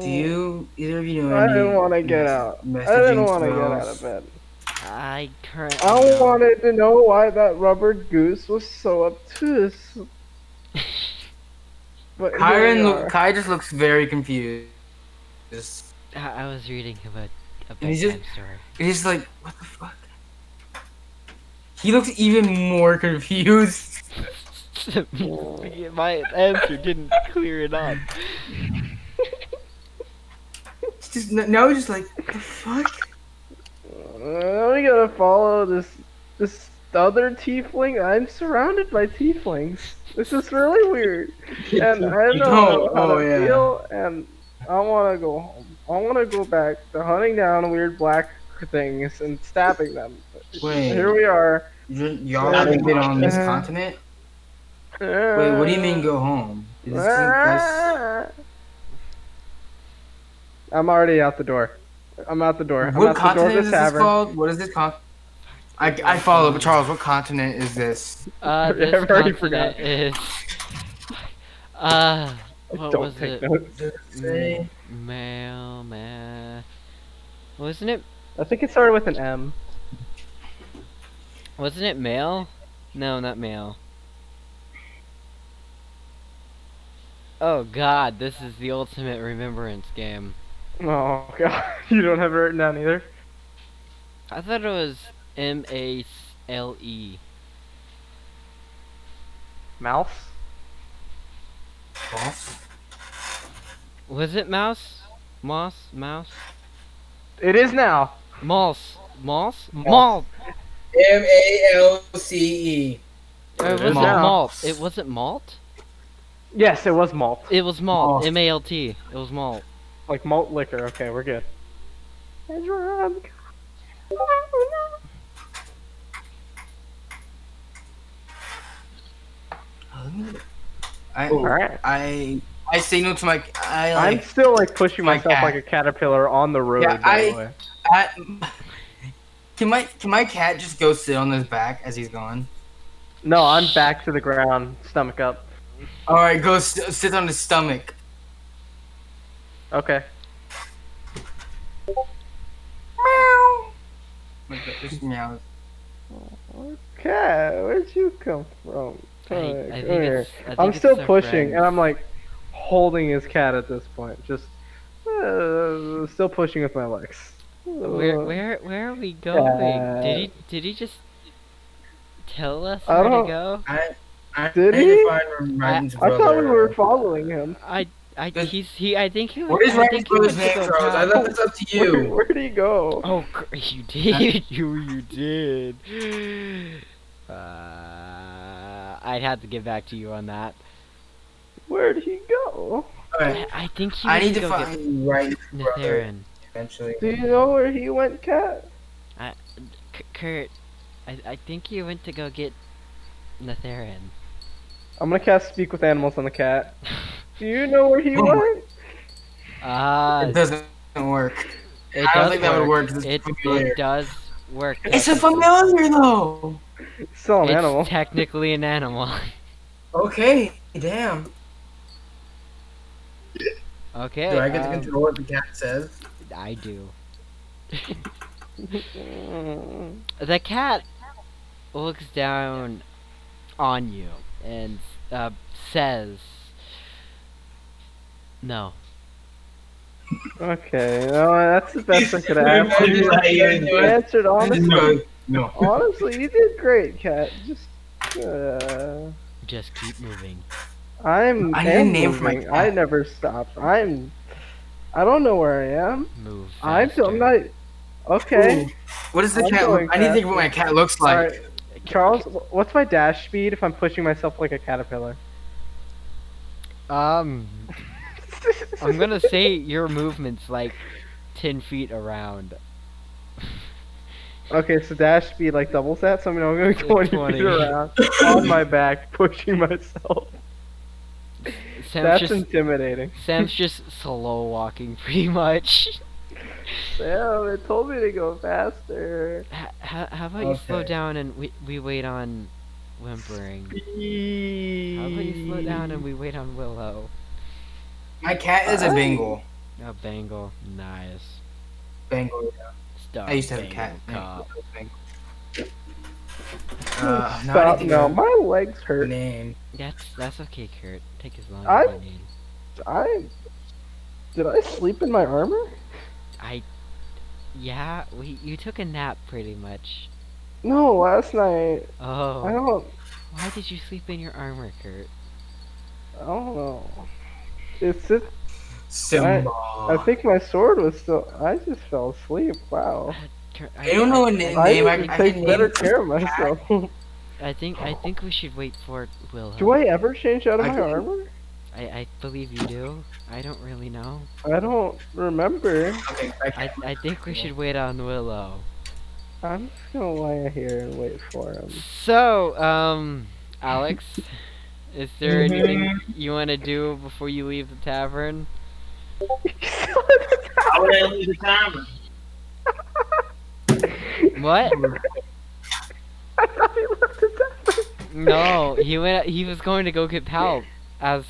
Speaker 6: Do you either of you know?
Speaker 2: Mm. I
Speaker 6: any
Speaker 2: didn't want to get
Speaker 6: mes-
Speaker 2: out. I
Speaker 6: messaging
Speaker 2: didn't want to get out
Speaker 6: skills?
Speaker 2: of bed.
Speaker 1: I currently.
Speaker 2: I
Speaker 1: don't.
Speaker 2: wanted to know why that rubber goose was so obtuse. But here we
Speaker 6: Kyron,
Speaker 2: are.
Speaker 6: look, Kai just looks very confused. Just,
Speaker 1: I I was reading him a, a
Speaker 6: And he's
Speaker 1: bedtime
Speaker 6: just-
Speaker 1: story.
Speaker 6: he's just like, what the fuck? He looks even more confused.
Speaker 1: My answer didn't clear it up.
Speaker 6: He's just now he's just like, what the fuck?
Speaker 2: Uh, we gotta follow this this other tiefling. I'm surrounded by tieflings. This is really weird, and I don't know how
Speaker 6: No, oh,
Speaker 2: to
Speaker 6: yeah.
Speaker 2: feel. And I want to go home. I want to go back to hunting down weird black things and stabbing them.
Speaker 6: Wait,
Speaker 2: Here we are.
Speaker 6: you- y'all haven't been on this
Speaker 2: Uh,
Speaker 6: continent? Wait, what do you mean go home? Is this like
Speaker 2: Ah. I'm already out the door. I'm out the door.
Speaker 6: this-
Speaker 2: I'm out
Speaker 6: What
Speaker 2: the door of
Speaker 6: continent
Speaker 2: the
Speaker 6: is this
Speaker 2: tavern.
Speaker 6: called? What is this con? I, I follow, but Charles, what continent is this?
Speaker 1: Uh, this
Speaker 2: I've already forgot.
Speaker 1: continent is. Uh, what
Speaker 2: Don't
Speaker 1: was it?
Speaker 2: take notes.
Speaker 1: Mm, Mail, ma- Wasn't it?
Speaker 2: I think it started with an M.
Speaker 1: Wasn't it mail? No, not mail. Oh God, this is the ultimate remembrance game.
Speaker 2: Oh god, you don't have it written down either.
Speaker 1: I thought it was M A L E.
Speaker 2: Mouse.
Speaker 1: Was it mouse? Moss? Mouse?
Speaker 2: It is now.
Speaker 1: Moss? Moss?
Speaker 2: Moss.
Speaker 1: Malt!
Speaker 6: M A L C E.
Speaker 1: Or
Speaker 6: It
Speaker 1: was it
Speaker 6: is now.
Speaker 1: malt? It wasn't malt?
Speaker 2: Yes, it was malt.
Speaker 1: It was malt.
Speaker 6: Malt.
Speaker 1: M A L T. It was malt.
Speaker 2: Like malt liquor. Okay, we're good.
Speaker 6: I,
Speaker 2: Alright.
Speaker 6: I I signal to my I
Speaker 2: I'm
Speaker 6: like
Speaker 2: still like pushing
Speaker 6: My
Speaker 2: myself
Speaker 6: cat.
Speaker 2: like a caterpillar on the road.
Speaker 6: Yeah,
Speaker 2: by
Speaker 6: I-
Speaker 2: the way.
Speaker 6: I, can my can my cat just go sit on his back as he's gone?
Speaker 2: No, I'm back to the ground, stomach up.
Speaker 6: All right, go s- sit on his stomach.
Speaker 2: Okay.
Speaker 6: Meow. Like that, just meow.
Speaker 2: Okay, where'd you come from?
Speaker 1: I, I
Speaker 2: Alright,
Speaker 1: think
Speaker 2: come here.
Speaker 1: it's, I think
Speaker 2: I'm
Speaker 1: it's
Speaker 2: still
Speaker 1: their
Speaker 2: pushing,
Speaker 1: friends.
Speaker 2: and I'm like holding his cat at this point, just uh, still pushing with my legs.
Speaker 1: Where where where are we going? Did he did he just tell us
Speaker 2: I
Speaker 1: where to
Speaker 2: don't-
Speaker 1: go?
Speaker 6: I, I
Speaker 2: Did
Speaker 6: I need to
Speaker 2: he?
Speaker 6: find Ryan's
Speaker 2: I thought we
Speaker 6: brother.
Speaker 2: were following him.
Speaker 1: I I
Speaker 6: Does-
Speaker 1: he's he I think he was.
Speaker 6: What is
Speaker 1: I
Speaker 6: Ryan's
Speaker 1: think he was
Speaker 6: brother's name,
Speaker 1: to go
Speaker 6: Charles? I
Speaker 1: down.
Speaker 6: left this up to
Speaker 2: Where,
Speaker 6: you.
Speaker 2: where did he go?
Speaker 1: Oh, cr- you did. you you did. Uh, I'd have to get back to you on that.
Speaker 2: Where did he go?
Speaker 6: All right,
Speaker 1: I I think he.
Speaker 6: I
Speaker 1: went
Speaker 6: need to
Speaker 1: go get
Speaker 6: find Ryan's brother
Speaker 1: Natharin.
Speaker 6: eventually.
Speaker 2: Do you know where he went, cat?
Speaker 1: K- Kurt, I I think you went to go get Natharin.
Speaker 2: I'm gonna cast speak with animals on the cat. Do you know where he
Speaker 6: Oh.
Speaker 2: went?
Speaker 1: Ah,
Speaker 6: It doesn't work.
Speaker 1: it
Speaker 6: I
Speaker 1: does
Speaker 6: don't think that would work. 'cause It's,
Speaker 1: It
Speaker 6: familiar.
Speaker 1: it does work.
Speaker 6: It's a
Speaker 1: technically.
Speaker 6: familiar though.
Speaker 2: Still an
Speaker 1: It's
Speaker 2: animal.
Speaker 1: technically an animal.
Speaker 6: Okay, damn.
Speaker 1: okay.
Speaker 6: Do I get to
Speaker 1: um,
Speaker 6: control what the cat says?
Speaker 1: I do.
Speaker 2: Mm.
Speaker 1: the cat looks down on you and uh, says, "No."
Speaker 2: okay, no, that's the best I could have asked.
Speaker 6: Just-
Speaker 2: You answered all the
Speaker 6: No, no.
Speaker 2: Honestly, you did great, Cat. Just, uh,
Speaker 1: Just keep moving.
Speaker 2: I'm.
Speaker 6: I need a
Speaker 2: am
Speaker 6: name for my
Speaker 2: moving.
Speaker 6: cat.
Speaker 2: I never stop. I'm. I don't know where I am.
Speaker 1: Move.
Speaker 2: I'm.
Speaker 1: faster.
Speaker 2: still not. Okay,
Speaker 6: Ooh, What does the
Speaker 2: I'm
Speaker 6: cat
Speaker 2: going
Speaker 6: look? I need to think of what my cat looks like.
Speaker 2: Alright, Charles. wh- What's my dash speed if I'm pushing myself like a caterpillar?
Speaker 1: Um, I'm gonna say your movement's like ten feet around.
Speaker 2: Okay, so dash speed like doubles that, so I'm gonna go 20,
Speaker 1: 20.
Speaker 2: feet around on my back, pushing myself.
Speaker 1: Sam's
Speaker 2: That's
Speaker 1: just
Speaker 2: intimidating.
Speaker 1: Sam's just slow walking pretty much.
Speaker 2: Damn, it told me to go faster.
Speaker 1: H- how, how about you slow
Speaker 6: Okay.
Speaker 1: down and we we wait on whimpering. How about you slow down and we wait on Willow?
Speaker 6: My cat is a
Speaker 2: Uh,
Speaker 6: Bengal.
Speaker 1: A Bengal. Nice.
Speaker 6: Bengal. yeah.
Speaker 1: Star
Speaker 6: I used to have a cat. named
Speaker 1: Cop.
Speaker 6: Bengal. Uh, no, I don't
Speaker 2: Stop
Speaker 6: think
Speaker 2: now.
Speaker 6: I
Speaker 2: My legs
Speaker 6: have a
Speaker 2: hurt.
Speaker 6: name.
Speaker 1: That's that's okay, Kurt. Take as long
Speaker 2: I-
Speaker 1: as you need.
Speaker 2: I did I sleep in my armor?
Speaker 1: I. Yeah, we you took a nap pretty much.
Speaker 2: No, last night.
Speaker 1: Oh.
Speaker 2: I don't.
Speaker 1: Why did you sleep in your armor, Kurt?
Speaker 2: I don't know. It's just.
Speaker 6: Simba.
Speaker 2: I think my sword was still. I just fell asleep. Wow.
Speaker 1: Kurt,
Speaker 6: I don't know a na-
Speaker 1: name.
Speaker 6: name. I,
Speaker 2: I
Speaker 6: I
Speaker 2: need to
Speaker 6: can
Speaker 2: take
Speaker 6: name
Speaker 2: better
Speaker 6: it.
Speaker 2: care of myself.
Speaker 1: I think I think we should wait for Will.
Speaker 2: Do I ever change out of
Speaker 6: I
Speaker 2: my
Speaker 6: can-
Speaker 2: armor?
Speaker 1: I I believe you do. I don't really know.
Speaker 2: I don't remember.
Speaker 6: Okay, I
Speaker 1: I I think we should wait on Willow.
Speaker 2: I'm just gonna lie here and wait for him.
Speaker 1: So, um, Alex, is there
Speaker 2: Mm-hmm.
Speaker 1: anything you want to do before you leave the tavern?
Speaker 3: How would I leave the timer?
Speaker 1: What?
Speaker 2: I thought he left the
Speaker 1: No, he went. He was going to go get help, as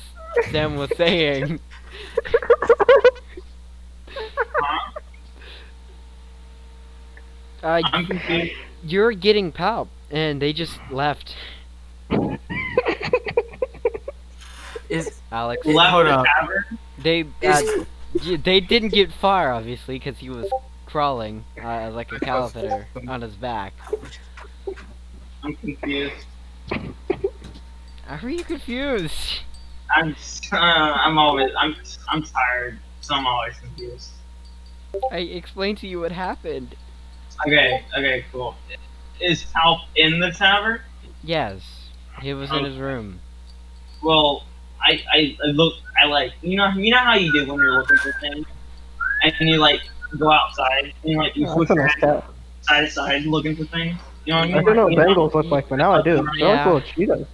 Speaker 1: Sam was saying. Uh,
Speaker 3: I'm confused.
Speaker 1: you're getting palp, and they just left.
Speaker 6: is
Speaker 1: Alex,
Speaker 3: Left
Speaker 6: Hold
Speaker 3: the
Speaker 6: up.
Speaker 3: tavern.
Speaker 1: they uh,
Speaker 6: is
Speaker 1: y- they didn't get far, obviously, because he was crawling uh, like a caterpillar on his back.
Speaker 3: I'm confused.
Speaker 1: How are you confused?
Speaker 3: I'm s- uh, I'm always I'm I'm tired, so I'm always confused.
Speaker 1: I explained to you what happened.
Speaker 3: Okay, okay, cool. Is Alf in the tavern?
Speaker 1: Yes, he was in his room.
Speaker 3: Well, I, I I look I like you know you know how you do when you're looking for things, and you like go outside and like you flip
Speaker 2: That's a
Speaker 3: your
Speaker 2: nice
Speaker 3: head
Speaker 2: cat.
Speaker 3: side to side looking for things. You know what I
Speaker 2: I
Speaker 3: mean?
Speaker 2: don't know what
Speaker 3: You know?
Speaker 2: Bengals look like, but now I do. They're
Speaker 1: Yeah.
Speaker 2: like little cheetahs.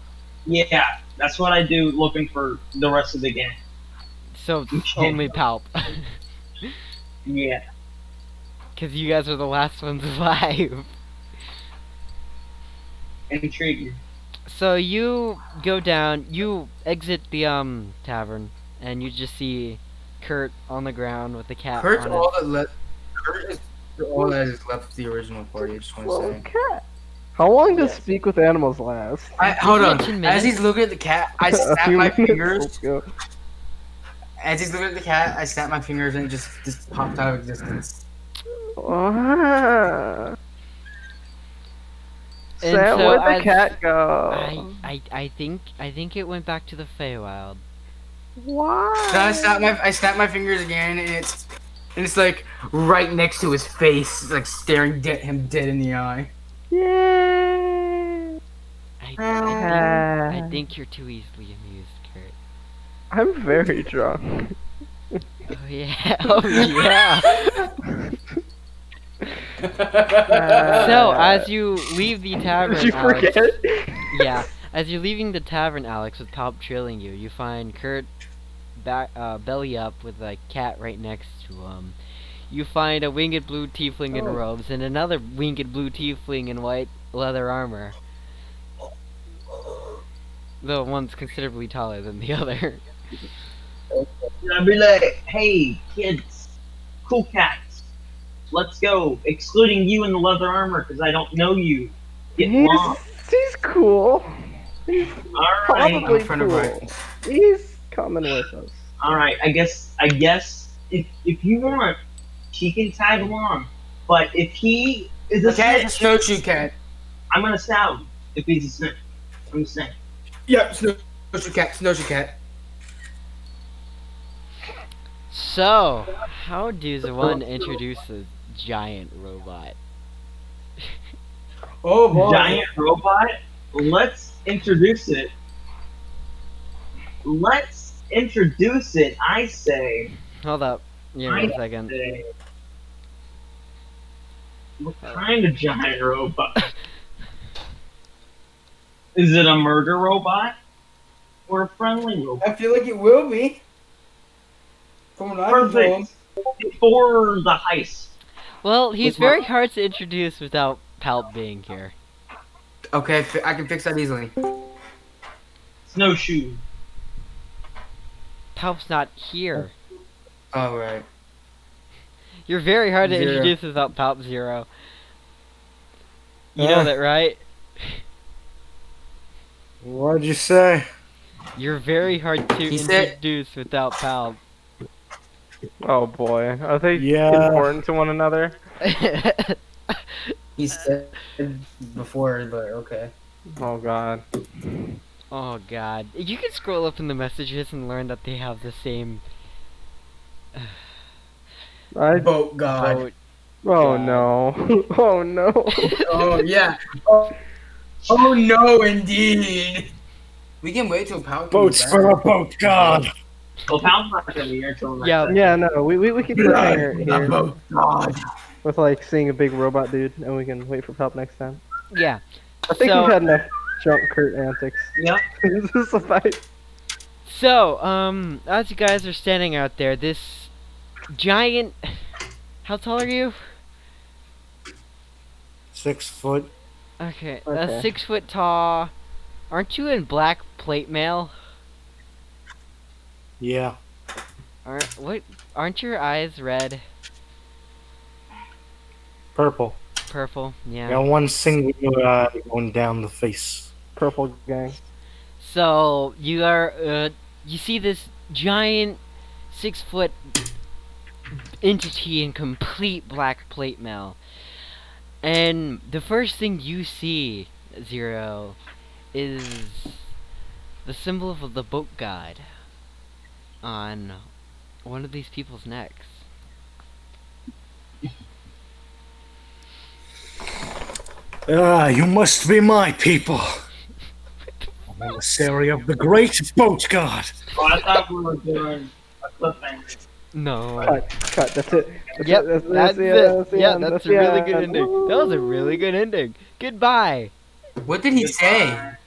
Speaker 3: Yeah, that's what I do looking for the rest of the game.
Speaker 1: So
Speaker 3: Okay.
Speaker 1: only palp,
Speaker 3: Yeah.
Speaker 1: because you guys are the last ones alive.
Speaker 3: Intriguing.
Speaker 1: So you go down, you exit the um tavern, and you just see Kurt on the ground with the cat.
Speaker 6: Kurt's
Speaker 1: on
Speaker 6: all
Speaker 1: his-
Speaker 6: that le- Kurt is all that is left of the original party. I just want to
Speaker 2: Little
Speaker 6: say.
Speaker 2: cat. How long does speak with animals last?
Speaker 6: I, hold on.
Speaker 1: Mention
Speaker 6: As he's
Speaker 1: minutes.
Speaker 6: looking at the cat, I
Speaker 2: A
Speaker 6: snap
Speaker 2: few
Speaker 6: my
Speaker 2: minutes.
Speaker 6: fingers.
Speaker 2: Let's go.
Speaker 6: As he's looking at the cat, I snap my fingers and it just just popped out of existence.
Speaker 2: Ah.
Speaker 1: And
Speaker 2: Sam,
Speaker 1: so
Speaker 2: where'd the
Speaker 1: as-
Speaker 2: cat go?
Speaker 1: I, I I think I think it went back to the Feywild.
Speaker 2: Why?
Speaker 6: So I snap my I snap my fingers again and it's and it's like right next to his face, it's like staring de- him dead in the eye.
Speaker 2: Yay!
Speaker 1: I, I, think, I think you're too easily amused, Kurt.
Speaker 2: I'm very drunk.
Speaker 1: Oh yeah, oh yeah. So as you leave the tavern,
Speaker 2: Did you
Speaker 1: Alex-
Speaker 2: forget?
Speaker 1: yeah. As you're leaving the tavern, Alex, with Palp trailing you, you find Kurt back, uh, belly up with a cat right next to him. You find a winged blue tiefling in
Speaker 2: Oh.
Speaker 1: robes and another winged blue tiefling in white leather armor. Though one's considerably taller than the other.
Speaker 3: And I'd be like, hey, kids, cool cats, let's go. Excluding you in the leather armor because I don't know you. Get
Speaker 2: He's,
Speaker 3: along.
Speaker 2: he's cool. He's
Speaker 3: Alright.
Speaker 2: probably
Speaker 6: I'm
Speaker 2: cool.
Speaker 6: friend of Ryan.
Speaker 2: He's coming with us.
Speaker 3: Alright, I guess, I guess if, if you want, she can tag along. But if he is a
Speaker 6: The cat is a
Speaker 3: snitch,
Speaker 6: snowshoe cat.
Speaker 3: I'm going to stab him if he's a snitch. I'm just saying.
Speaker 6: Yep, snowshoe cat, snowshoe cat.
Speaker 1: So, how does one introduce a giant robot?
Speaker 6: Oh boy.
Speaker 3: Giant robot? Let's introduce it. Let's introduce it, I say.
Speaker 1: Hold up. Give me a second.
Speaker 3: Hey. What kind of giant robot? Is it a murder robot? Or a friendly robot?
Speaker 6: I feel like it will be. From what I'm told.
Speaker 3: Perfect. Before the heist.
Speaker 1: Well, he's
Speaker 6: Which one?
Speaker 1: very hard to introduce without Palp being here.
Speaker 6: Okay, fi- I can fix that easily.
Speaker 3: Snowshoe.
Speaker 1: Palp's not here.
Speaker 6: Oh right.
Speaker 1: You're very hard to
Speaker 6: Zero.
Speaker 1: introduce without Pop Zero. You know
Speaker 7: Yeah.
Speaker 1: that, right?
Speaker 7: What'd you say?
Speaker 1: You're very hard to
Speaker 6: He said-
Speaker 1: introduce without Pal.
Speaker 2: Oh boy, are they
Speaker 7: Yeah.
Speaker 2: important to one another?
Speaker 6: He said before, but okay.
Speaker 2: Oh god.
Speaker 1: oh god. You can scroll up in the messages and learn that they have the same
Speaker 2: I.
Speaker 6: Boat God.
Speaker 1: boat.
Speaker 2: Oh no. oh no.
Speaker 6: Oh yeah. Oh, oh, no, indeed. We can wait till Pal. can be
Speaker 7: Boats
Speaker 6: back.
Speaker 7: for a boat god.
Speaker 3: Well, Pal's not gonna be here till next.
Speaker 1: Yeah,
Speaker 2: yeah, no. We we we can put Hanger here
Speaker 6: boat god.
Speaker 2: with like seeing a big robot dude, and we can wait for help next time.
Speaker 1: yeah.
Speaker 2: I think
Speaker 1: So-
Speaker 2: we've had enough junk Kurt antics.
Speaker 3: Yeah.
Speaker 2: this is a fight.
Speaker 1: So, um, as you guys are standing out there, this giant. How tall are you?
Speaker 7: Six foot.
Speaker 1: Okay,
Speaker 2: Okay.
Speaker 1: a six foot tall. Aren't you in black plate mail?
Speaker 7: Yeah.
Speaker 1: Aren't what? Aren't your eyes red,
Speaker 7: Purple.
Speaker 1: purple? Yeah.
Speaker 7: Got one singular eye going down the face.
Speaker 2: Purple gang.
Speaker 1: So you are, uh, you see this giant six foot entity in complete black plate mail, and the first thing you see, Zero, is the symbol of the boat god on one of these people's necks.
Speaker 7: Ah, you must be my people. I'm emissary of the great boat god.
Speaker 3: Oh, I thought we were doing a cliffhanger.
Speaker 1: No.
Speaker 2: Cut. Cut. That's it. That's
Speaker 1: Yep,
Speaker 2: it. That's,
Speaker 1: That's
Speaker 2: the end,
Speaker 1: it.
Speaker 2: the
Speaker 1: Yeah,
Speaker 2: end,
Speaker 1: that's a
Speaker 2: the
Speaker 1: really good
Speaker 2: end.
Speaker 1: ending. That was a really good ending. Goodbye.
Speaker 6: What did he say?
Speaker 3: Goodbye.